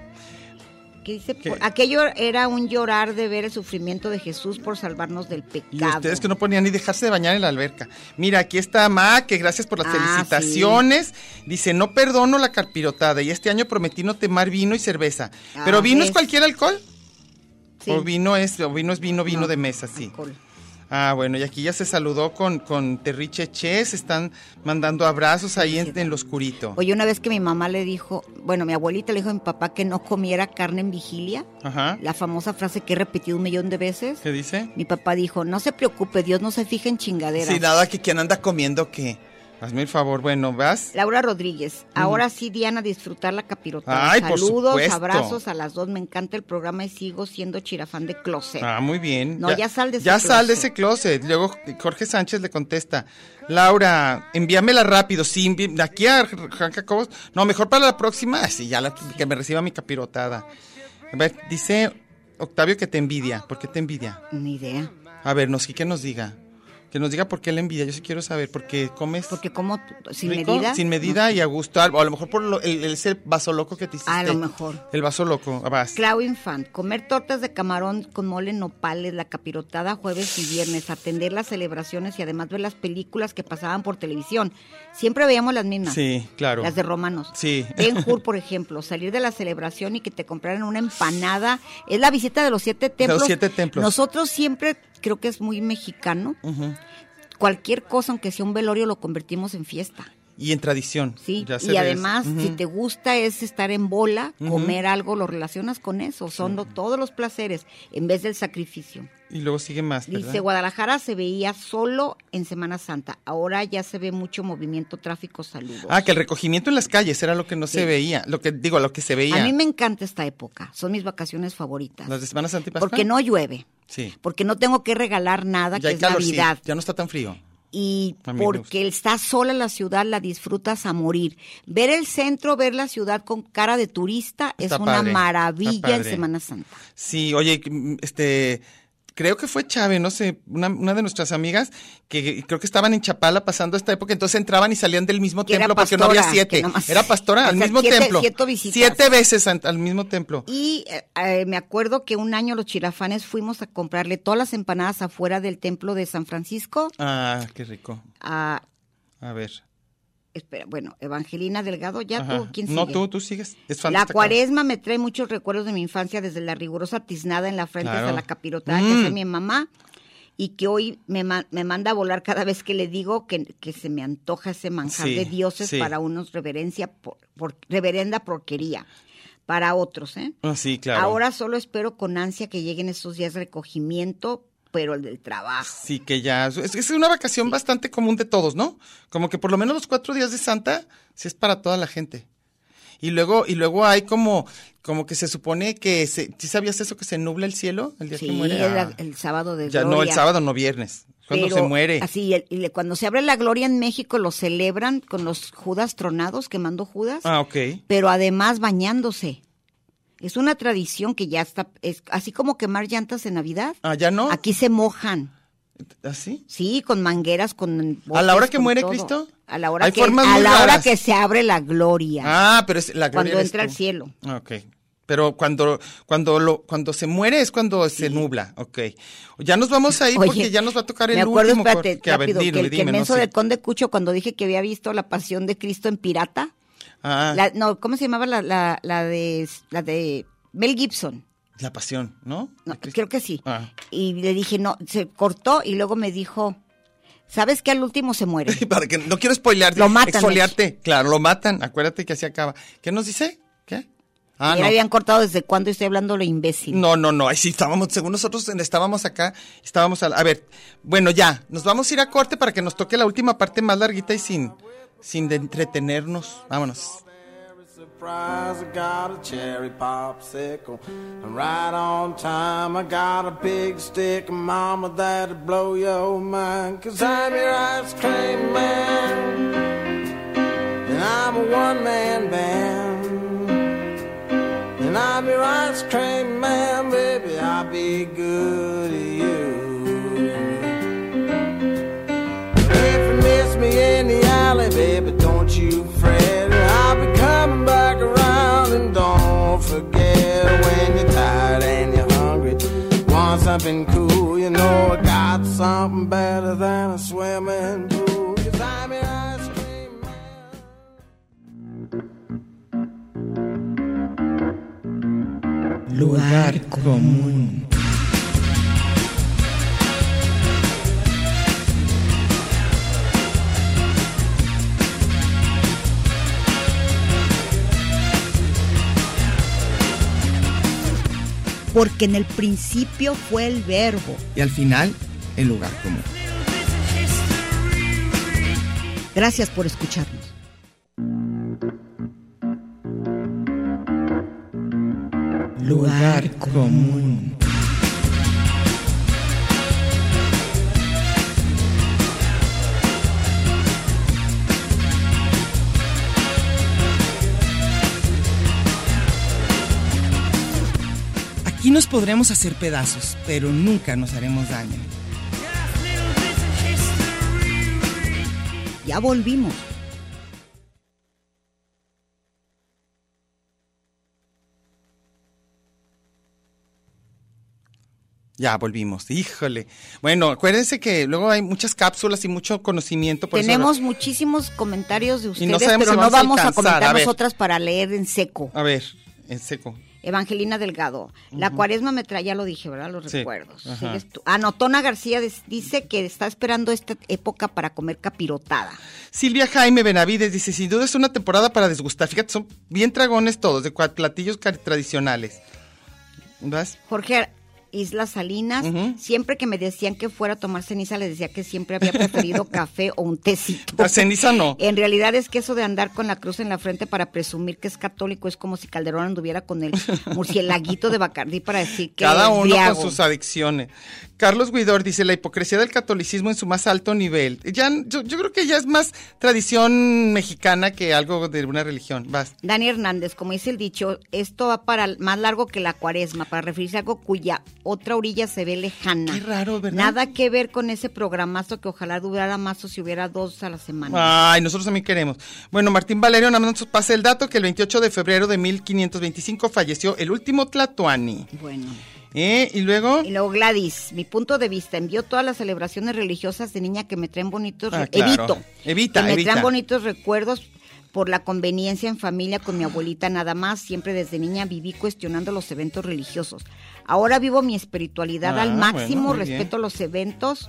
[SPEAKER 4] ¿Qué dice?
[SPEAKER 6] ¿Qué?
[SPEAKER 4] Por- Aquello era un llorar de ver el sufrimiento de Jesús por salvarnos del
[SPEAKER 6] Y
[SPEAKER 4] pecado.
[SPEAKER 6] ustedes que no ponían ni dejarse de bañar en la alberca. Mira, aquí está Ma, que gracias por las
[SPEAKER 4] Ah,
[SPEAKER 6] felicitaciones. Dice, no perdono la carpirotada y este año prometí no tomar vino y cerveza. Pero
[SPEAKER 4] Ah,
[SPEAKER 6] vino es
[SPEAKER 4] ¿ves?
[SPEAKER 6] cualquier alcohol.
[SPEAKER 4] Sí.
[SPEAKER 6] O vino es, o vino es vino, vino de mesa, sí. Ah, bueno, y aquí ya se saludó con, con Terriche Ches, están mandando abrazos ahí en, en lo oscurito.
[SPEAKER 4] Oye, una vez que mi mamá le dijo, bueno, mi abuelita le dijo a mi papá que no comiera carne en vigilia,
[SPEAKER 6] Ajá.
[SPEAKER 4] la famosa frase que he repetido un millón de veces,
[SPEAKER 6] ¿Qué dice?
[SPEAKER 4] mi papá dijo, no se preocupe, Dios no se fija en chingaderas.
[SPEAKER 6] Sí, nada, que quien anda comiendo que. Hazme el favor, bueno, ¿vas?
[SPEAKER 4] Laura Rodríguez, ahora sí, Diana, disfrutar la capirotada.
[SPEAKER 6] Mm. Ay, por
[SPEAKER 4] Saludos,
[SPEAKER 6] supuesto.
[SPEAKER 4] abrazos a las dos, me encanta el programa y sigo siendo chirafán de closet.
[SPEAKER 6] Ah, muy bien.
[SPEAKER 4] No, ya sal de ese
[SPEAKER 6] Ya sal de
[SPEAKER 4] closet.
[SPEAKER 6] ese closet. Luego Jorge Sánchez le contesta, Laura, envíamela rápido. Sí, envi- de aquí a Juan Jacobos. No, mejor para la próxima. Ah, Sí, ya la- que me reciba mi capirotada. A ver, dice Octavio que te envidia. ¿Por qué te envidia?
[SPEAKER 4] Ni idea.
[SPEAKER 6] A ver, nos, que nos diga. Que nos diga por qué la envidia. Yo sí quiero saber. Porque comes.
[SPEAKER 4] Porque como sin
[SPEAKER 6] rico,
[SPEAKER 4] medida.
[SPEAKER 6] Sin medida y a gusto. A- O a lo mejor por lo- el, el- ese vaso loco que te hiciste.
[SPEAKER 4] A lo mejor.
[SPEAKER 6] El vaso loco. ah, Vas.
[SPEAKER 4] Clau Infant, comer tortas de camarón con mole en nopales, la capirotada jueves y viernes, atender las celebraciones y además ver las películas que pasaban por televisión. Siempre veíamos las mismas.
[SPEAKER 6] Sí, claro.
[SPEAKER 4] Las de romanos.
[SPEAKER 6] Sí.
[SPEAKER 4] Ben Hur, por ejemplo, salir de la celebración y que te compraran una empanada. Es la visita de los siete templos.
[SPEAKER 6] los siete templos.
[SPEAKER 4] Nosotros siempre, creo que es muy mexicano,
[SPEAKER 6] Ujú.
[SPEAKER 4] cualquier cosa, aunque sea un velorio, lo convertimos en fiesta.
[SPEAKER 6] Y en tradición.
[SPEAKER 4] Sí,
[SPEAKER 6] Ya se
[SPEAKER 4] y
[SPEAKER 6] ve.
[SPEAKER 4] además,
[SPEAKER 6] Ujú.
[SPEAKER 4] si te gusta es estar en bola,
[SPEAKER 6] Ujú.
[SPEAKER 4] comer algo, lo relacionas con eso. Son lo- todos los placeres en vez del sacrificio.
[SPEAKER 6] Y luego sigue más, ¿verdad?
[SPEAKER 4] Dice, Guadalajara se veía solo en Semana Santa. Ahora ya se ve mucho movimiento, tráfico, saludos.
[SPEAKER 6] Ah, que el recogimiento en las calles era lo que no se
[SPEAKER 4] Sí.
[SPEAKER 6] veía, lo que digo, lo que se veía.
[SPEAKER 4] A mí me encanta esta época. Son mis vacaciones favoritas.
[SPEAKER 6] Las de Semana Santa y Pascua.
[SPEAKER 4] Porque no llueve,
[SPEAKER 6] Sí.
[SPEAKER 4] porque no tengo que regalar nada,
[SPEAKER 6] Ya
[SPEAKER 4] que
[SPEAKER 6] hay
[SPEAKER 4] es
[SPEAKER 6] calor, sí,
[SPEAKER 4] Navidad.
[SPEAKER 6] ya no está tan frío.
[SPEAKER 4] y
[SPEAKER 6] A mí me gusta.
[SPEAKER 4] porque está sola en la ciudad, la disfrutas a morir. Ver el centro, ver la ciudad con cara de turista
[SPEAKER 6] Está
[SPEAKER 4] es una
[SPEAKER 6] padre, está
[SPEAKER 4] maravilla en
[SPEAKER 6] padre.
[SPEAKER 4] Semana Santa.
[SPEAKER 6] Sí, oye, mm, este creo que fue Chávez, no sé, una, una de nuestras amigas que creo que estaban en Chapala pasando esta época, entonces entraban y salían del mismo
[SPEAKER 4] Que era
[SPEAKER 6] templo porque no había
[SPEAKER 4] pastora,
[SPEAKER 6] siete.
[SPEAKER 4] que nomás-
[SPEAKER 6] Era pastora
[SPEAKER 4] o
[SPEAKER 6] al
[SPEAKER 4] sea,
[SPEAKER 6] mismo
[SPEAKER 4] siete-
[SPEAKER 6] templo.
[SPEAKER 4] siete visitas.
[SPEAKER 6] Siete veces an- al mismo templo.
[SPEAKER 4] Y eh, eh, me acuerdo que un año los chirafanes fuimos a comprarle todas las empanadas afuera del templo de San Francisco
[SPEAKER 6] Ah, qué rico.
[SPEAKER 4] a,
[SPEAKER 6] A ver.
[SPEAKER 4] espera, bueno, Evangelina Delgado, ya
[SPEAKER 6] Ajá.
[SPEAKER 4] tú, ¿quién
[SPEAKER 6] no,
[SPEAKER 4] sigue?
[SPEAKER 6] tú, tú sigues. Es fan
[SPEAKER 4] La
[SPEAKER 6] destacado.
[SPEAKER 4] cuaresma me trae muchos recuerdos de mi infancia, desde la rigurosa tiznada en la frente
[SPEAKER 6] Claro.
[SPEAKER 4] hasta la capirotada
[SPEAKER 6] Mm.
[SPEAKER 4] que hace mi mamá y que hoy me, ma- me manda a volar cada vez que le digo que, que se me antoja ese manjar
[SPEAKER 6] Sí,
[SPEAKER 4] de dioses
[SPEAKER 6] sí.
[SPEAKER 4] para unos reverencia por, por- reverenda porquería, para otros, ¿eh?
[SPEAKER 6] Ah, sí, claro.
[SPEAKER 4] Ahora solo espero con ansia que lleguen esos días de recogimiento, pero el del trabajo.
[SPEAKER 6] Sí, que ya. Es, es una vacación bastante común de todos, ¿no? Como que por lo menos los cuatro días de Santa, sí es para toda la gente. Y luego, y luego hay como, como que se supone que se, ¿sí sabías eso que se nubla el cielo el día que
[SPEAKER 4] Sí,
[SPEAKER 6] muere?
[SPEAKER 4] el,
[SPEAKER 6] Ah,
[SPEAKER 4] el sábado de
[SPEAKER 6] ya no, el
[SPEAKER 4] gloria.
[SPEAKER 6] sábado no viernes. Cuando
[SPEAKER 4] Pero
[SPEAKER 6] se muere.
[SPEAKER 4] Así, el- y le- cuando se abre la gloria en México lo celebran con los Judas tronados, quemando Judas,
[SPEAKER 6] Ah, ok.
[SPEAKER 4] pero además bañándose. Es una tradición que ya está, es así como quemar llantas en Navidad.
[SPEAKER 6] Ah, ya no. ¿Ah,
[SPEAKER 4] Aquí se mojan.
[SPEAKER 6] ¿Así?
[SPEAKER 4] Sí, con mangueras, con...
[SPEAKER 6] ¿A la hora que
[SPEAKER 4] con
[SPEAKER 6] muere Cristo?
[SPEAKER 4] A la hora,
[SPEAKER 6] Hay
[SPEAKER 4] que,
[SPEAKER 6] formas
[SPEAKER 4] a
[SPEAKER 6] muy
[SPEAKER 4] la hora
[SPEAKER 6] raras.
[SPEAKER 4] que se abre la gloria.
[SPEAKER 6] Ah, pero es la gloria
[SPEAKER 4] Cuando
[SPEAKER 6] eres
[SPEAKER 4] entra
[SPEAKER 6] tú.
[SPEAKER 4] al cielo.
[SPEAKER 6] Ah, Ok. Pero cuando, cuando, lo, cuando se muere es cuando se nubla. Ok. Ya nos vamos a ir
[SPEAKER 4] Oye,
[SPEAKER 6] porque ya nos va a tocar el
[SPEAKER 4] Me acuerdo,
[SPEAKER 6] último.
[SPEAKER 4] espérate,
[SPEAKER 6] cor- que, a ver,
[SPEAKER 4] rápido,
[SPEAKER 6] dime,
[SPEAKER 4] que el que
[SPEAKER 6] dime, no
[SPEAKER 4] menso
[SPEAKER 6] sé.
[SPEAKER 4] del Conde Cucho, cuando dije que había visto la Pasión de Cristo en Pirata,
[SPEAKER 6] Ah,
[SPEAKER 4] la-
[SPEAKER 6] la...
[SPEAKER 4] no, ¿cómo se llamaba la, la, la de, la de Mel Gibson?
[SPEAKER 6] pasión, ¿no?
[SPEAKER 4] No, creo que sí.
[SPEAKER 6] Ah.
[SPEAKER 4] Y le dije, no, se cortó y luego me dijo, ¿sabes que al último se muere?
[SPEAKER 6] Para que no quiero spoilearte.
[SPEAKER 4] Lo matan,
[SPEAKER 6] Exfoliarte. Claro, lo matan. Acuérdate que así acaba. ¿Qué nos dice? ¿Qué?
[SPEAKER 4] y
[SPEAKER 6] Ah, no.
[SPEAKER 4] le habían cortado desde cuándo y estoy hablando lo imbécil.
[SPEAKER 6] No, no, no. Ahí sí estábamos, según nosotros estábamos acá, estábamos a, la- a ver, bueno, ya, nos vamos a ir a corte para que nos toque la última parte más larguita y sin, sin de entretenernos. Vámonos.
[SPEAKER 14] Surprise, I got a cherry popsicle. And right on time, I got a big stick. Mama, that'll blow your mind. Cause I'm your ice cream man. And I'm a one man band. And I'm your ice cream man, baby. I'll be good to you. If you miss me in the alley, baby, don't you fret. I'll be coming back around and don't forget when you're tired and you're hungry. Want something cool, you know I got something better than a swimming pool. Cause I'm your ice cream.
[SPEAKER 3] Lugar común.
[SPEAKER 4] Porque en el principio fue el verbo.
[SPEAKER 3] Y al final, el lugar común.
[SPEAKER 4] Gracias por escucharnos.
[SPEAKER 3] Lugar común. Aquí nos podremos hacer pedazos, pero nunca nos haremos daño.
[SPEAKER 4] Ya volvimos.
[SPEAKER 6] Ya volvimos, híjole. Bueno, acuérdense que luego hay muchas cápsulas y mucho conocimiento. Por eso-
[SPEAKER 4] Tenemos muchísimos comentarios de
[SPEAKER 6] Y
[SPEAKER 4] ustedes,
[SPEAKER 6] no sabemos
[SPEAKER 4] pero
[SPEAKER 6] si
[SPEAKER 4] no vamos
[SPEAKER 6] vamos a
[SPEAKER 4] a,
[SPEAKER 6] alcanzar,
[SPEAKER 4] comentar
[SPEAKER 6] a ver.
[SPEAKER 4] nosotras para leer en seco.
[SPEAKER 6] A ver, en seco.
[SPEAKER 4] Evangelina Delgado, la
[SPEAKER 6] Ujú.
[SPEAKER 4] cuaresma me trae, ya lo dije, ¿verdad? Los
[SPEAKER 6] Sí,
[SPEAKER 4] recuerdos.
[SPEAKER 6] ajá.
[SPEAKER 4] Sigues tú. Ah, no, Tona García des- dice que está esperando esta época para comer capirotada.
[SPEAKER 6] Silvia Jaime Benavides dice, sin duda es una temporada para desgustar. Fíjate, son bien tragones todos, de cua- platillos car- tradicionales. ¿Vas?
[SPEAKER 4] Jorge Isla Salinas, siempre que me decían que fuera a tomar ceniza, les decía que siempre había preferido café o un tecito.
[SPEAKER 6] La ceniza no.
[SPEAKER 4] En realidad es que eso de andar con la cruz en la frente para presumir que es católico es como si Calderón anduviera con el murcielaguito de Bacardí para decir que
[SPEAKER 6] Cada
[SPEAKER 4] es
[SPEAKER 6] uno
[SPEAKER 4] briago.
[SPEAKER 6] con sus adicciones. Carlos Guidor dice la hipocresía del catolicismo en su más alto nivel. Ya, yo, yo creo que ya es más tradición mexicana que algo de una religión. Vas.
[SPEAKER 4] Dani Hernández, como dice el dicho, esto va para l- más largo que la cuaresma, para referirse a algo cuya otra orilla se ve lejana. Qué raro, ¿verdad? Nada que ver con ese programazo que ojalá durara más o si hubiera dos a la semana.
[SPEAKER 6] Ay, nosotros también queremos. Bueno, Martín Valerio nada más nos pasa el dato que el 28 de febrero de 1525 falleció el último Tlatoani.
[SPEAKER 4] Bueno.
[SPEAKER 6] ¿Eh? Y luego...
[SPEAKER 4] Y luego Gladys, mi punto de vista, envió todas las celebraciones religiosas de niña que me traen bonitos...
[SPEAKER 6] Ah,
[SPEAKER 4] re-
[SPEAKER 6] claro.
[SPEAKER 4] Evito.
[SPEAKER 6] Evita,
[SPEAKER 4] que me
[SPEAKER 6] evita.
[SPEAKER 4] traen bonitos recuerdos por la conveniencia en familia con mi abuelita nada más. Siempre desde niña viví cuestionando los eventos religiosos. Ahora vivo mi espiritualidad
[SPEAKER 6] Ah,
[SPEAKER 4] al máximo,
[SPEAKER 6] bueno, muy bien.
[SPEAKER 4] respeto los eventos.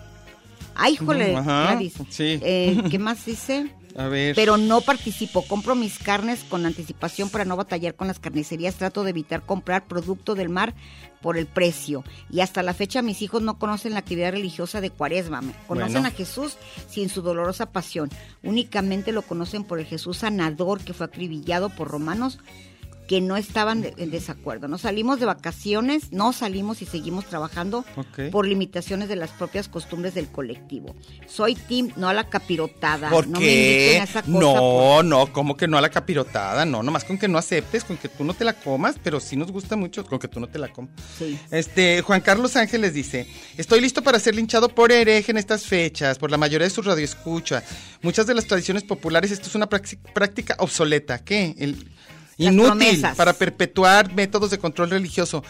[SPEAKER 4] ¡Ay, jole!
[SPEAKER 6] Mm, ajá,
[SPEAKER 4] Gladys.
[SPEAKER 6] sí.
[SPEAKER 4] Eh, ¿Qué más dice?
[SPEAKER 6] A ver.
[SPEAKER 4] Pero no participo, compro mis carnes con anticipación para no batallar con las carnicerías, trato de evitar comprar producto del mar por el precio. Y hasta la fecha mis hijos no conocen la actividad religiosa de Cuaresma, Me- conocen
[SPEAKER 15] Bueno.
[SPEAKER 4] a Jesús sin su dolorosa pasión, únicamente lo conocen por el Jesús sanador que fue acribillado por romanos que no estaban de- en desacuerdo. Nos salimos de vacaciones, no salimos y seguimos trabajando
[SPEAKER 6] Ok.
[SPEAKER 4] por limitaciones de las propias costumbres del colectivo. Soy Tim, no a la capirotada.
[SPEAKER 6] ¿Por
[SPEAKER 4] ah, no me inviten
[SPEAKER 6] qué?
[SPEAKER 4] a esa cosa.
[SPEAKER 6] No,
[SPEAKER 4] por-
[SPEAKER 6] no, como que no a la capirotada, no, nomás con que no aceptes, con que tú no te la comas, pero sí nos gusta mucho, con que tú no te la comas.
[SPEAKER 4] Sí.
[SPEAKER 6] Este, Juan Carlos Ángeles dice, estoy listo para ser linchado por hereje en estas fechas, por la mayoría de sus radioescuchas. Muchas de las tradiciones populares, esto es una praxi- práctica obsoleta, ¿qué? El-
[SPEAKER 4] Las
[SPEAKER 6] inútil
[SPEAKER 4] promesas.
[SPEAKER 6] para perpetuar métodos de control religioso.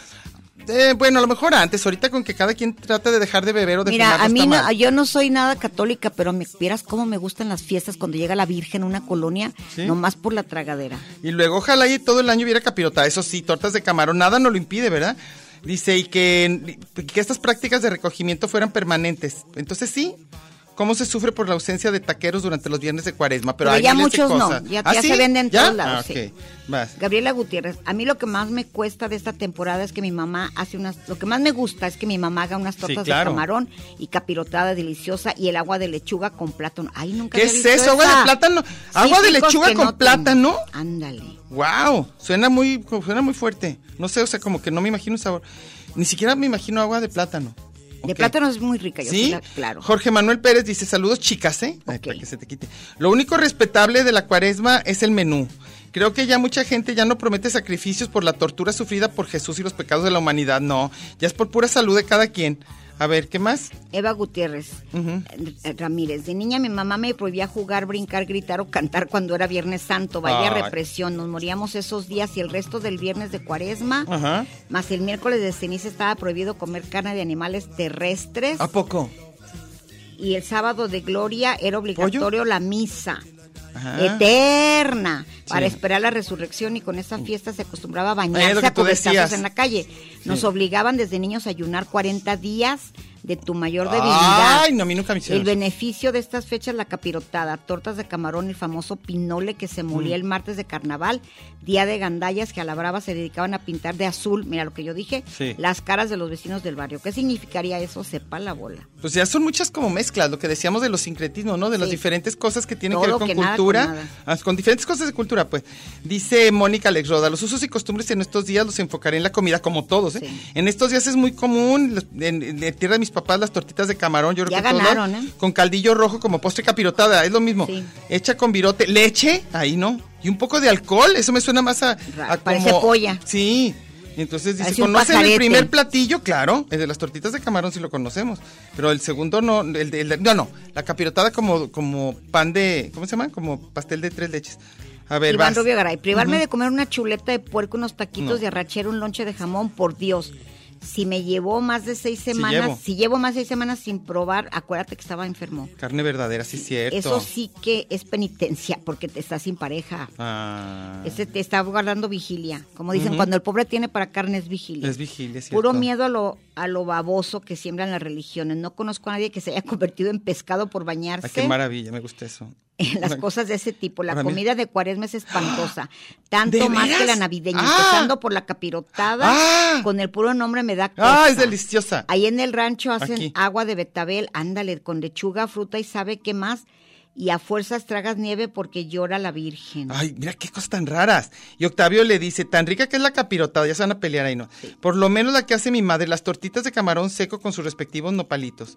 [SPEAKER 6] Eh, bueno, a lo mejor antes, ahorita con que cada quien trata de dejar de beber o de
[SPEAKER 4] Mira,
[SPEAKER 6] fumar, no
[SPEAKER 4] a mí
[SPEAKER 6] está
[SPEAKER 4] no-
[SPEAKER 6] mal.
[SPEAKER 4] yo no soy nada católica, pero me vieras cómo me gustan las fiestas cuando llega la Virgen a una colonia,
[SPEAKER 6] Sí.
[SPEAKER 4] nomás por la tragadera.
[SPEAKER 6] Y luego ojalá y todo el año hubiera capirotada, eso sí, tortas de camarón, nada no lo impide, ¿verdad? Dice, y que, que estas prácticas de recogimiento fueran permanentes. Entonces sí, ¿cómo se sufre por la ausencia de taqueros durante los viernes de cuaresma? Pero,
[SPEAKER 4] Pero
[SPEAKER 6] hay
[SPEAKER 4] ya
[SPEAKER 6] miles de
[SPEAKER 4] muchos no,
[SPEAKER 6] cosas.
[SPEAKER 4] ya-
[SPEAKER 6] ¿Ah,
[SPEAKER 4] ya se
[SPEAKER 6] sí?
[SPEAKER 4] venden en
[SPEAKER 6] ¿Ya?
[SPEAKER 4] todos lados,
[SPEAKER 6] Ah,
[SPEAKER 4] sí.
[SPEAKER 6] ok, vas.
[SPEAKER 4] Gabriela Gutiérrez, a mí lo que más me cuesta de esta temporada es que mi mamá hace unas, lo que más me gusta es que mi mamá haga unas tortas
[SPEAKER 6] claro.
[SPEAKER 4] de camarón y capirotada deliciosa y el agua de lechuga con plátano. Ay, nunca
[SPEAKER 6] ¿Qué
[SPEAKER 4] había
[SPEAKER 6] es
[SPEAKER 4] visto
[SPEAKER 6] eso? ¿Agua
[SPEAKER 4] esa.
[SPEAKER 6] de plátano?
[SPEAKER 4] Sí,
[SPEAKER 6] ¿Agua de
[SPEAKER 4] chicos,
[SPEAKER 6] lechuga
[SPEAKER 4] que
[SPEAKER 6] con
[SPEAKER 4] no
[SPEAKER 6] plátano?
[SPEAKER 4] tengo. Ándale.
[SPEAKER 6] Wow, suena muy, suena muy fuerte. No sé, o sea, como que no me imagino un sabor. Ni siquiera me imagino agua de plátano.
[SPEAKER 4] De
[SPEAKER 6] Ok.
[SPEAKER 4] plátano es muy rica, yo
[SPEAKER 6] ¿Sí?
[SPEAKER 4] la- claro.
[SPEAKER 6] Jorge Manuel Pérez dice, saludos chicas, ¿eh? Ay, para que se te quite. Lo único respetable de la cuaresma es el menú. Creo que ya mucha gente ya no promete sacrificios por la tortura sufrida por Jesús y los pecados de la humanidad. No, ya es por pura salud de cada quien. A ver, ¿qué más?
[SPEAKER 4] Eva Gutiérrez eh, Ramírez, de niña mi mamá me prohibía jugar, brincar, gritar o cantar cuando era Viernes Santo. Vaya
[SPEAKER 6] Ay.
[SPEAKER 4] represión, nos moríamos esos días y el resto del viernes de cuaresma.
[SPEAKER 6] Ajá.
[SPEAKER 4] Más el miércoles de ceniza estaba prohibido comer carne de animales terrestres
[SPEAKER 6] ¿A poco?
[SPEAKER 4] y el sábado de gloria era obligatorio la misa
[SPEAKER 6] Ajá.
[SPEAKER 4] eterna para
[SPEAKER 6] Ah. Sí.
[SPEAKER 4] esperar la resurrección y con esa fiesta se acostumbraba a
[SPEAKER 6] Eh, lo
[SPEAKER 4] bañarse
[SPEAKER 6] que
[SPEAKER 4] a
[SPEAKER 6] tú
[SPEAKER 4] cubetazos
[SPEAKER 6] decías.
[SPEAKER 4] en la calle. Nos
[SPEAKER 6] Sí.
[SPEAKER 4] obligaban desde niños a ayunar 40 días de tu mayor debilidad.
[SPEAKER 6] Ay, no, a mí nunca me hicieron
[SPEAKER 4] El
[SPEAKER 6] eso.
[SPEAKER 4] beneficio de estas fechas, la capirotada, tortas de camarón, el famoso pinole que se molía
[SPEAKER 6] Mm.
[SPEAKER 4] el martes de carnaval, día de gandallas que a la brava se dedicaban a pintar de azul, mira lo que yo dije,
[SPEAKER 6] Sí.
[SPEAKER 4] las caras de los vecinos del barrio. ¿Qué significaría eso? Sepa la bola.
[SPEAKER 6] Pues ya son muchas como mezclas, lo que decíamos de los sincretismos, ¿no? De las diferentes cosas que tienen que
[SPEAKER 4] Todo
[SPEAKER 6] ver con
[SPEAKER 4] que nada con
[SPEAKER 6] cultura.
[SPEAKER 4] nada.
[SPEAKER 6] Ah, con diferentes cosas de cultura, pues. Dice Mónica Alex Roda, los usos y costumbres en estos días los enfocaré en la comida, como todos, ¿eh? En estos días es muy común, los- en, en la tierra de mis papás, las tortitas de camarón, yo creo
[SPEAKER 4] Ya
[SPEAKER 6] que todos,
[SPEAKER 4] ganaron, ¿eh?
[SPEAKER 6] Con caldillo rojo como postre capirotada, es lo mismo. Hecha con virote, leche, ahí no. Y un poco de alcohol, eso me suena más a, a
[SPEAKER 4] parece
[SPEAKER 6] como-
[SPEAKER 4] polla.
[SPEAKER 6] Sí. Entonces dice,
[SPEAKER 4] Parece un
[SPEAKER 6] ¿conocen el
[SPEAKER 4] pajarete.
[SPEAKER 6] primer platillo? Claro, el de las tortitas de camarón sí lo conocemos, pero el segundo no, el de, el de- no, no, la capirotada como, como pan de, ¿cómo se llama? Como pastel de tres leches. A ver,
[SPEAKER 4] Iván
[SPEAKER 6] vas.
[SPEAKER 4] Rubio Garay, privarme
[SPEAKER 6] Ujú.
[SPEAKER 4] de comer una chuleta de puerco, unos taquitos
[SPEAKER 6] No.
[SPEAKER 4] de arrachero, un lonche de jamón, por Dios. Si me llevó más de seis semanas,
[SPEAKER 6] llevo.
[SPEAKER 4] si llevo más de seis semanas sin probar, acuérdate que estaba enfermo.
[SPEAKER 6] Carne verdadera, sí, cierto.
[SPEAKER 4] Eso sí que es penitencia, porque te estás sin pareja.
[SPEAKER 6] Ah,
[SPEAKER 4] Ese te está guardando vigilia. Como dicen,
[SPEAKER 6] Ujú.
[SPEAKER 4] cuando el pobre tiene para carne es vigilia.
[SPEAKER 6] es vigilia, es
[SPEAKER 4] Puro
[SPEAKER 6] cierto.
[SPEAKER 4] miedo a lo, a lo baboso que siembran las religiones. No conozco a nadie que se haya convertido en pescado por bañarse
[SPEAKER 6] Ay, qué maravilla, me gusta eso.
[SPEAKER 4] en las
[SPEAKER 6] Ahora-
[SPEAKER 4] cosas de ese tipo. La
[SPEAKER 6] ahora mira.
[SPEAKER 4] comida de cuaresma es espantosa.
[SPEAKER 6] ¿De
[SPEAKER 4] Tanto más que
[SPEAKER 6] veras?
[SPEAKER 4] la navideña.
[SPEAKER 6] Ah.
[SPEAKER 4] Empezando por la capirotada, con el puro nombre me da cosa.
[SPEAKER 6] Ah, es deliciosa.
[SPEAKER 4] Ahí en el rancho hacen
[SPEAKER 6] Aquí.
[SPEAKER 4] agua de betabel, ándale, con lechuga, fruta y sabe qué más. Y a fuerzas tragas nieve porque llora la Virgen.
[SPEAKER 6] Ay, mira qué cosas tan raras. Y Octavio le dice, tan rica que es la capirotada, ya se van a pelear ahí, ¿no? Por lo menos la que hace mi madre, las tortitas de camarón seco con sus respectivos nopalitos.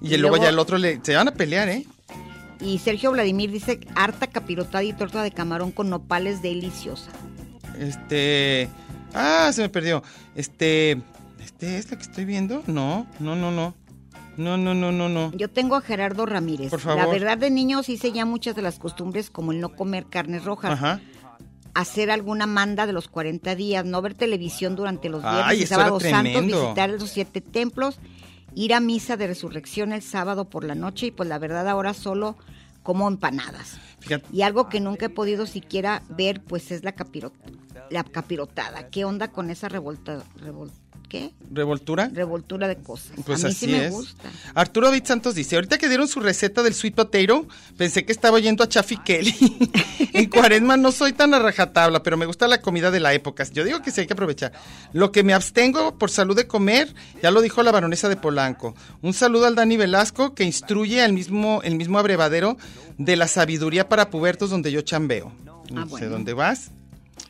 [SPEAKER 6] Y,
[SPEAKER 4] Y
[SPEAKER 6] luego,
[SPEAKER 4] luego-
[SPEAKER 6] ya el otro le, se van a pelear, ¿eh?
[SPEAKER 4] Y Sergio Vladimir dice, harta capirotada y torta de camarón con nopales deliciosa.
[SPEAKER 6] Este, ah, se me perdió. Este, este es la que estoy viendo. No, no, no, no. No, no, no, no, no.
[SPEAKER 4] Yo tengo a Gerardo Ramírez.
[SPEAKER 6] Por favor.
[SPEAKER 4] La verdad de niños hice ya muchas de las costumbres como el no comer carnes rojas.
[SPEAKER 6] Ajá.
[SPEAKER 4] hacer alguna manda de los 40 días, no ver televisión durante los viernes
[SPEAKER 6] Ay,
[SPEAKER 4] y
[SPEAKER 6] eso era
[SPEAKER 4] sábados santos,
[SPEAKER 6] tremendo.
[SPEAKER 4] visitar los siete templos, ir a misa de resurrección el sábado por la noche y pues la verdad ahora solo como empanadas.
[SPEAKER 6] Fíjate.
[SPEAKER 4] Y algo que nunca he podido siquiera ver pues es la, capiro- la capirotada. ¿Qué onda con esa revolta? revol- ¿Qué?
[SPEAKER 6] ¿Revoltura?
[SPEAKER 4] Revoltura de cosas.
[SPEAKER 6] Pues
[SPEAKER 4] a mí
[SPEAKER 6] así
[SPEAKER 4] sí me
[SPEAKER 6] es.
[SPEAKER 4] gusta.
[SPEAKER 6] Arturo Vid Santos dice, ahorita que dieron su receta del sweet potato, pensé que estaba oyendo a Chaffy Kelly. en cuaresma no soy tan a rajatabla, pero me gusta la comida de la época. Yo digo que sí hay que aprovechar. Lo que me abstengo por salud de comer, ya lo dijo la baronesa de Polanco. Un saludo al Dani Velasco que instruye al mismo, el mismo abrevadero de la sabiduría para pubertos donde yo chambeo. No
[SPEAKER 4] Ah,
[SPEAKER 6] sé
[SPEAKER 4] bueno.
[SPEAKER 6] dónde vas.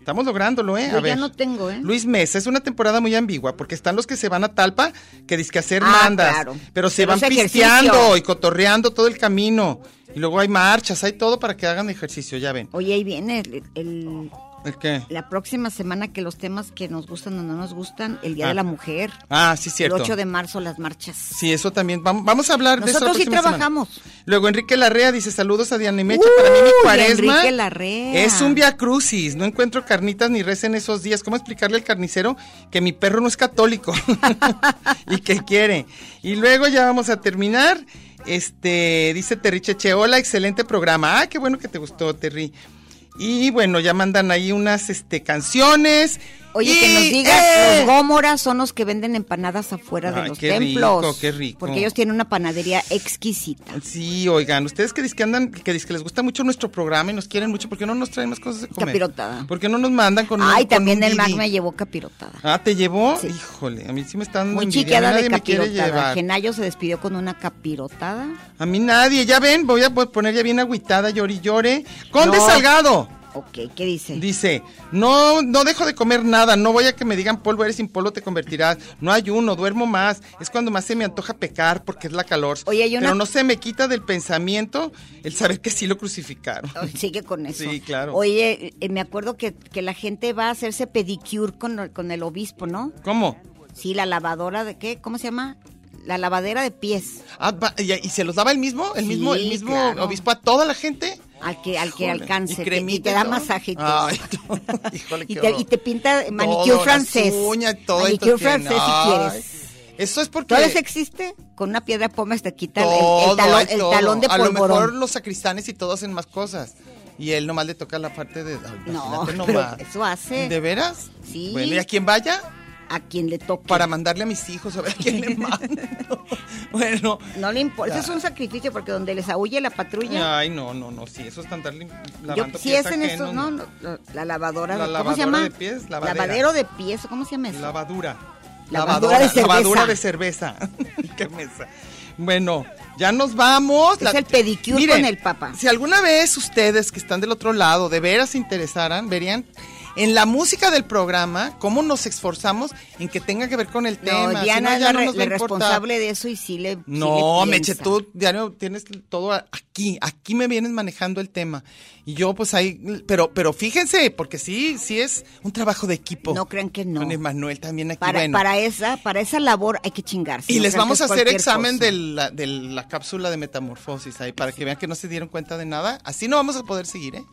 [SPEAKER 6] Estamos lográndolo, ¿eh? A
[SPEAKER 4] Yo ya
[SPEAKER 6] ver.
[SPEAKER 4] no tengo, ¿eh?
[SPEAKER 6] Luis Mesa, es una temporada muy ambigua, porque están los que se van a Talpa, que dizque a hacer
[SPEAKER 4] Ah,
[SPEAKER 6] mandas,
[SPEAKER 4] claro.
[SPEAKER 6] pero se
[SPEAKER 4] Pero
[SPEAKER 6] van
[SPEAKER 4] es ejercicio.
[SPEAKER 6] pisteando y cotorreando todo el camino. Y luego hay marchas, hay todo para que hagan ejercicio, ya ven.
[SPEAKER 4] Oye, ahí viene el- el-
[SPEAKER 6] ¿El qué?
[SPEAKER 4] la próxima semana que los temas que nos gustan o no nos gustan, el Día
[SPEAKER 6] Ah.
[SPEAKER 4] de la Mujer.
[SPEAKER 6] Ah, sí, cierto.
[SPEAKER 4] El 8 de marzo, las marchas.
[SPEAKER 6] Sí, eso también. Vam- Vamos a hablar de eso. la
[SPEAKER 4] Nosotros sí
[SPEAKER 6] próxima semana.
[SPEAKER 4] trabajamos.
[SPEAKER 6] Luego Enrique Larrea dice saludos a Diana y Mecha. Para mí mi
[SPEAKER 4] Uy,
[SPEAKER 6] cuaresma
[SPEAKER 4] Enrique Larrea.
[SPEAKER 6] es un via crucis. No encuentro carnitas ni res en esos días. ¿Cómo explicarle al carnicero que mi perro no es católico? y que quiere. Y luego ya vamos a terminar. Este, dice Terry Cheche, hola, excelente programa. Ah, qué bueno que te gustó, Terry. Y bueno, ya mandan ahí unas este, canciones.
[SPEAKER 4] Oye,
[SPEAKER 6] Y-
[SPEAKER 4] que nos digas,
[SPEAKER 6] ¡eh!
[SPEAKER 4] los gómoras son los que venden empanadas afuera de
[SPEAKER 6] Ay,
[SPEAKER 4] los
[SPEAKER 6] qué
[SPEAKER 4] templos.
[SPEAKER 6] rico, qué rico.
[SPEAKER 4] Porque ellos tienen una panadería exquisita.
[SPEAKER 6] Sí, oigan, ustedes que dizque andan, que dizque les gusta mucho nuestro programa y nos quieren mucho, ¿por qué no nos traen más cosas de comer?
[SPEAKER 4] Capirotada.
[SPEAKER 6] ¿Por qué no nos mandan con un-
[SPEAKER 4] Ay,
[SPEAKER 6] con
[SPEAKER 4] también
[SPEAKER 6] un
[SPEAKER 4] el Mac
[SPEAKER 6] Didi?
[SPEAKER 4] me llevó capirotada.
[SPEAKER 6] Ah, ¿te llevó? Híjole, a mí sí me están
[SPEAKER 4] Muy
[SPEAKER 6] envidiando,
[SPEAKER 4] chiqueada
[SPEAKER 6] nadie
[SPEAKER 4] de
[SPEAKER 6] me quiere
[SPEAKER 4] capirotada.
[SPEAKER 6] llevar.
[SPEAKER 4] Genayo se despidió con una capirotada.
[SPEAKER 6] A mí nadie, ya ven, voy a po- poner ya bien agüitada, llore y llore. ¡Conde
[SPEAKER 4] No.
[SPEAKER 6] Salgado!
[SPEAKER 4] Ok, ¿qué dice?
[SPEAKER 6] Dice, no, no dejo de comer nada, no voy a que me digan polvo, eres sin polvo, te convertirás. No ayuno, duermo más, es cuando más se me antoja pecar porque es la calor.
[SPEAKER 4] Oye, hay una-
[SPEAKER 6] Pero no se me quita del pensamiento el saber que sí lo crucificaron.
[SPEAKER 4] Oh, Sigue con eso.
[SPEAKER 6] Sí, claro.
[SPEAKER 4] Oye, eh, me acuerdo que, que la gente va a hacerse pedicure con, el- con el obispo, ¿no?
[SPEAKER 6] ¿Cómo?
[SPEAKER 4] Sí, la lavadora de qué, ¿cómo se llama? La lavadera de pies.
[SPEAKER 6] Ah, va- y, y se los daba el mismo, el
[SPEAKER 4] Sí,
[SPEAKER 6] mismo, el mismo
[SPEAKER 4] claro.
[SPEAKER 6] obispo a toda la gente.
[SPEAKER 4] Al que, al que
[SPEAKER 6] Híjole.
[SPEAKER 4] alcance.
[SPEAKER 6] Y
[SPEAKER 4] te- Y,
[SPEAKER 6] cremita
[SPEAKER 4] te
[SPEAKER 6] y
[SPEAKER 4] da
[SPEAKER 6] todo.
[SPEAKER 4] masaje. y todo.
[SPEAKER 6] Ay, no, híjole,
[SPEAKER 4] y,
[SPEAKER 6] qué
[SPEAKER 4] te,
[SPEAKER 6] horror.
[SPEAKER 4] y te pinta
[SPEAKER 6] Todo,
[SPEAKER 4] manicure
[SPEAKER 6] las
[SPEAKER 4] francés.
[SPEAKER 6] uñas, todo esto
[SPEAKER 4] manicure
[SPEAKER 6] tiene.
[SPEAKER 4] francés si
[SPEAKER 6] Ay,
[SPEAKER 4] quieres.
[SPEAKER 6] Eso es porque
[SPEAKER 4] ¿Todavía existe? Con una piedra pómez te quita el- el,
[SPEAKER 6] todo,
[SPEAKER 4] talón,
[SPEAKER 6] hay
[SPEAKER 4] el
[SPEAKER 6] todo.
[SPEAKER 4] talón de
[SPEAKER 6] A lo
[SPEAKER 4] polvorón.
[SPEAKER 6] mejor los sacristanes y todo hacen más cosas. Y él nomás le toca la parte de. ay,
[SPEAKER 4] No,
[SPEAKER 6] imagínate
[SPEAKER 4] pero
[SPEAKER 6] nomás.
[SPEAKER 4] eso hace.
[SPEAKER 6] ¿De veras?
[SPEAKER 4] Sí.
[SPEAKER 6] Bueno, ¿y a quien vaya?
[SPEAKER 4] A quien le toque.
[SPEAKER 6] Para mandarle a mis hijos, a ver a quién le mando. bueno.
[SPEAKER 4] No le importa.
[SPEAKER 6] Ya.
[SPEAKER 4] Ese es un sacrificio porque donde les aúlle la patrulla.
[SPEAKER 6] Ay, no, no, no. Sí, eso es andar lim-
[SPEAKER 4] Yo,
[SPEAKER 6] lavando
[SPEAKER 4] si
[SPEAKER 6] pies
[SPEAKER 4] es en
[SPEAKER 6] ajenos,
[SPEAKER 4] esto, no, no, no, la lavadora,
[SPEAKER 6] La
[SPEAKER 4] de- ¿cómo se
[SPEAKER 6] lavadora
[SPEAKER 4] llama?
[SPEAKER 6] de pies, lavadera.
[SPEAKER 4] Lavadero de pies, ¿cómo se llama eso?
[SPEAKER 6] Lavadura.
[SPEAKER 4] Lavadora de cerveza.
[SPEAKER 6] Lavadora de cerveza. Qué mesa. Bueno, ya nos vamos.
[SPEAKER 4] Es el pedicure con el papá.
[SPEAKER 6] Si alguna vez ustedes que están del otro lado de veras se interesaran, verían en la música del programa cómo nos esforzamos en que tenga que ver con el tema.
[SPEAKER 4] no,
[SPEAKER 6] Si no,
[SPEAKER 4] Diana es
[SPEAKER 6] ya
[SPEAKER 4] la,
[SPEAKER 6] no
[SPEAKER 4] re-
[SPEAKER 6] nos va a
[SPEAKER 4] la
[SPEAKER 6] importar.
[SPEAKER 4] responsable de eso y sí le sí
[SPEAKER 6] No,
[SPEAKER 4] le
[SPEAKER 6] Meche,
[SPEAKER 4] piensa.
[SPEAKER 6] tú diario tienes todo a- aquí, aquí me vienes manejando el tema. Y yo pues ahí, pero, pero fíjense, porque sí, sí es un trabajo de equipo.
[SPEAKER 4] No crean que no.
[SPEAKER 6] Con Emanuel también aquí,
[SPEAKER 4] Para,
[SPEAKER 6] bueno.
[SPEAKER 4] para esa, para esa labor hay que chingarse.
[SPEAKER 6] y
[SPEAKER 4] no crean
[SPEAKER 6] les
[SPEAKER 4] que
[SPEAKER 6] vamos a
[SPEAKER 4] es
[SPEAKER 6] hacer
[SPEAKER 4] cualquier
[SPEAKER 6] examen
[SPEAKER 4] cosa.
[SPEAKER 6] de la, de la cápsula de metamorfosis ahí, para que vean que no se dieron cuenta de nada. Así no vamos a poder seguir, ¿eh?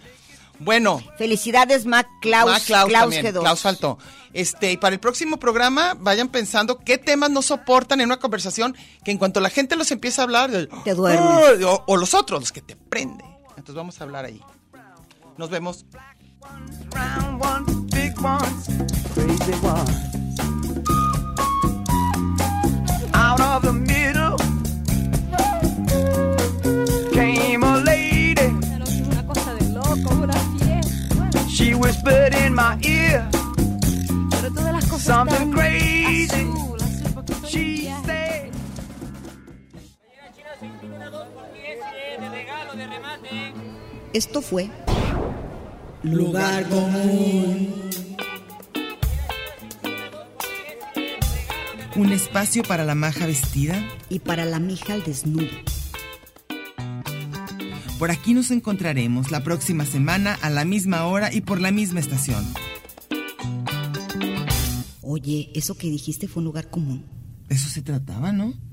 [SPEAKER 6] Bueno,
[SPEAKER 4] Felicidades, Mac Klaus.
[SPEAKER 6] Ah, Klaus,
[SPEAKER 4] Klaus
[SPEAKER 6] también,
[SPEAKER 4] G2.
[SPEAKER 6] Klaus faltó. Este, y para el próximo programa, vayan pensando qué temas no soportan en una conversación que en cuanto la gente los empieza a hablar, te
[SPEAKER 4] duermes.
[SPEAKER 6] O, o los otros, los que te prende. Entonces vamos a hablar ahí. Nos vemos.
[SPEAKER 13] round ones, big ones, crazy ones. Out of the middle came a lady. She whispered in my ear something crazy. She said.
[SPEAKER 4] Esto fue
[SPEAKER 13] Lugar
[SPEAKER 3] común. Un espacio para la maja vestida.
[SPEAKER 4] Y para la mija al desnudo.
[SPEAKER 3] Por aquí nos encontraremos la próxima semana a la misma hora y por la misma estación.
[SPEAKER 4] Oye, eso que dijiste fue un lugar común.
[SPEAKER 3] De eso se trataba, ¿no?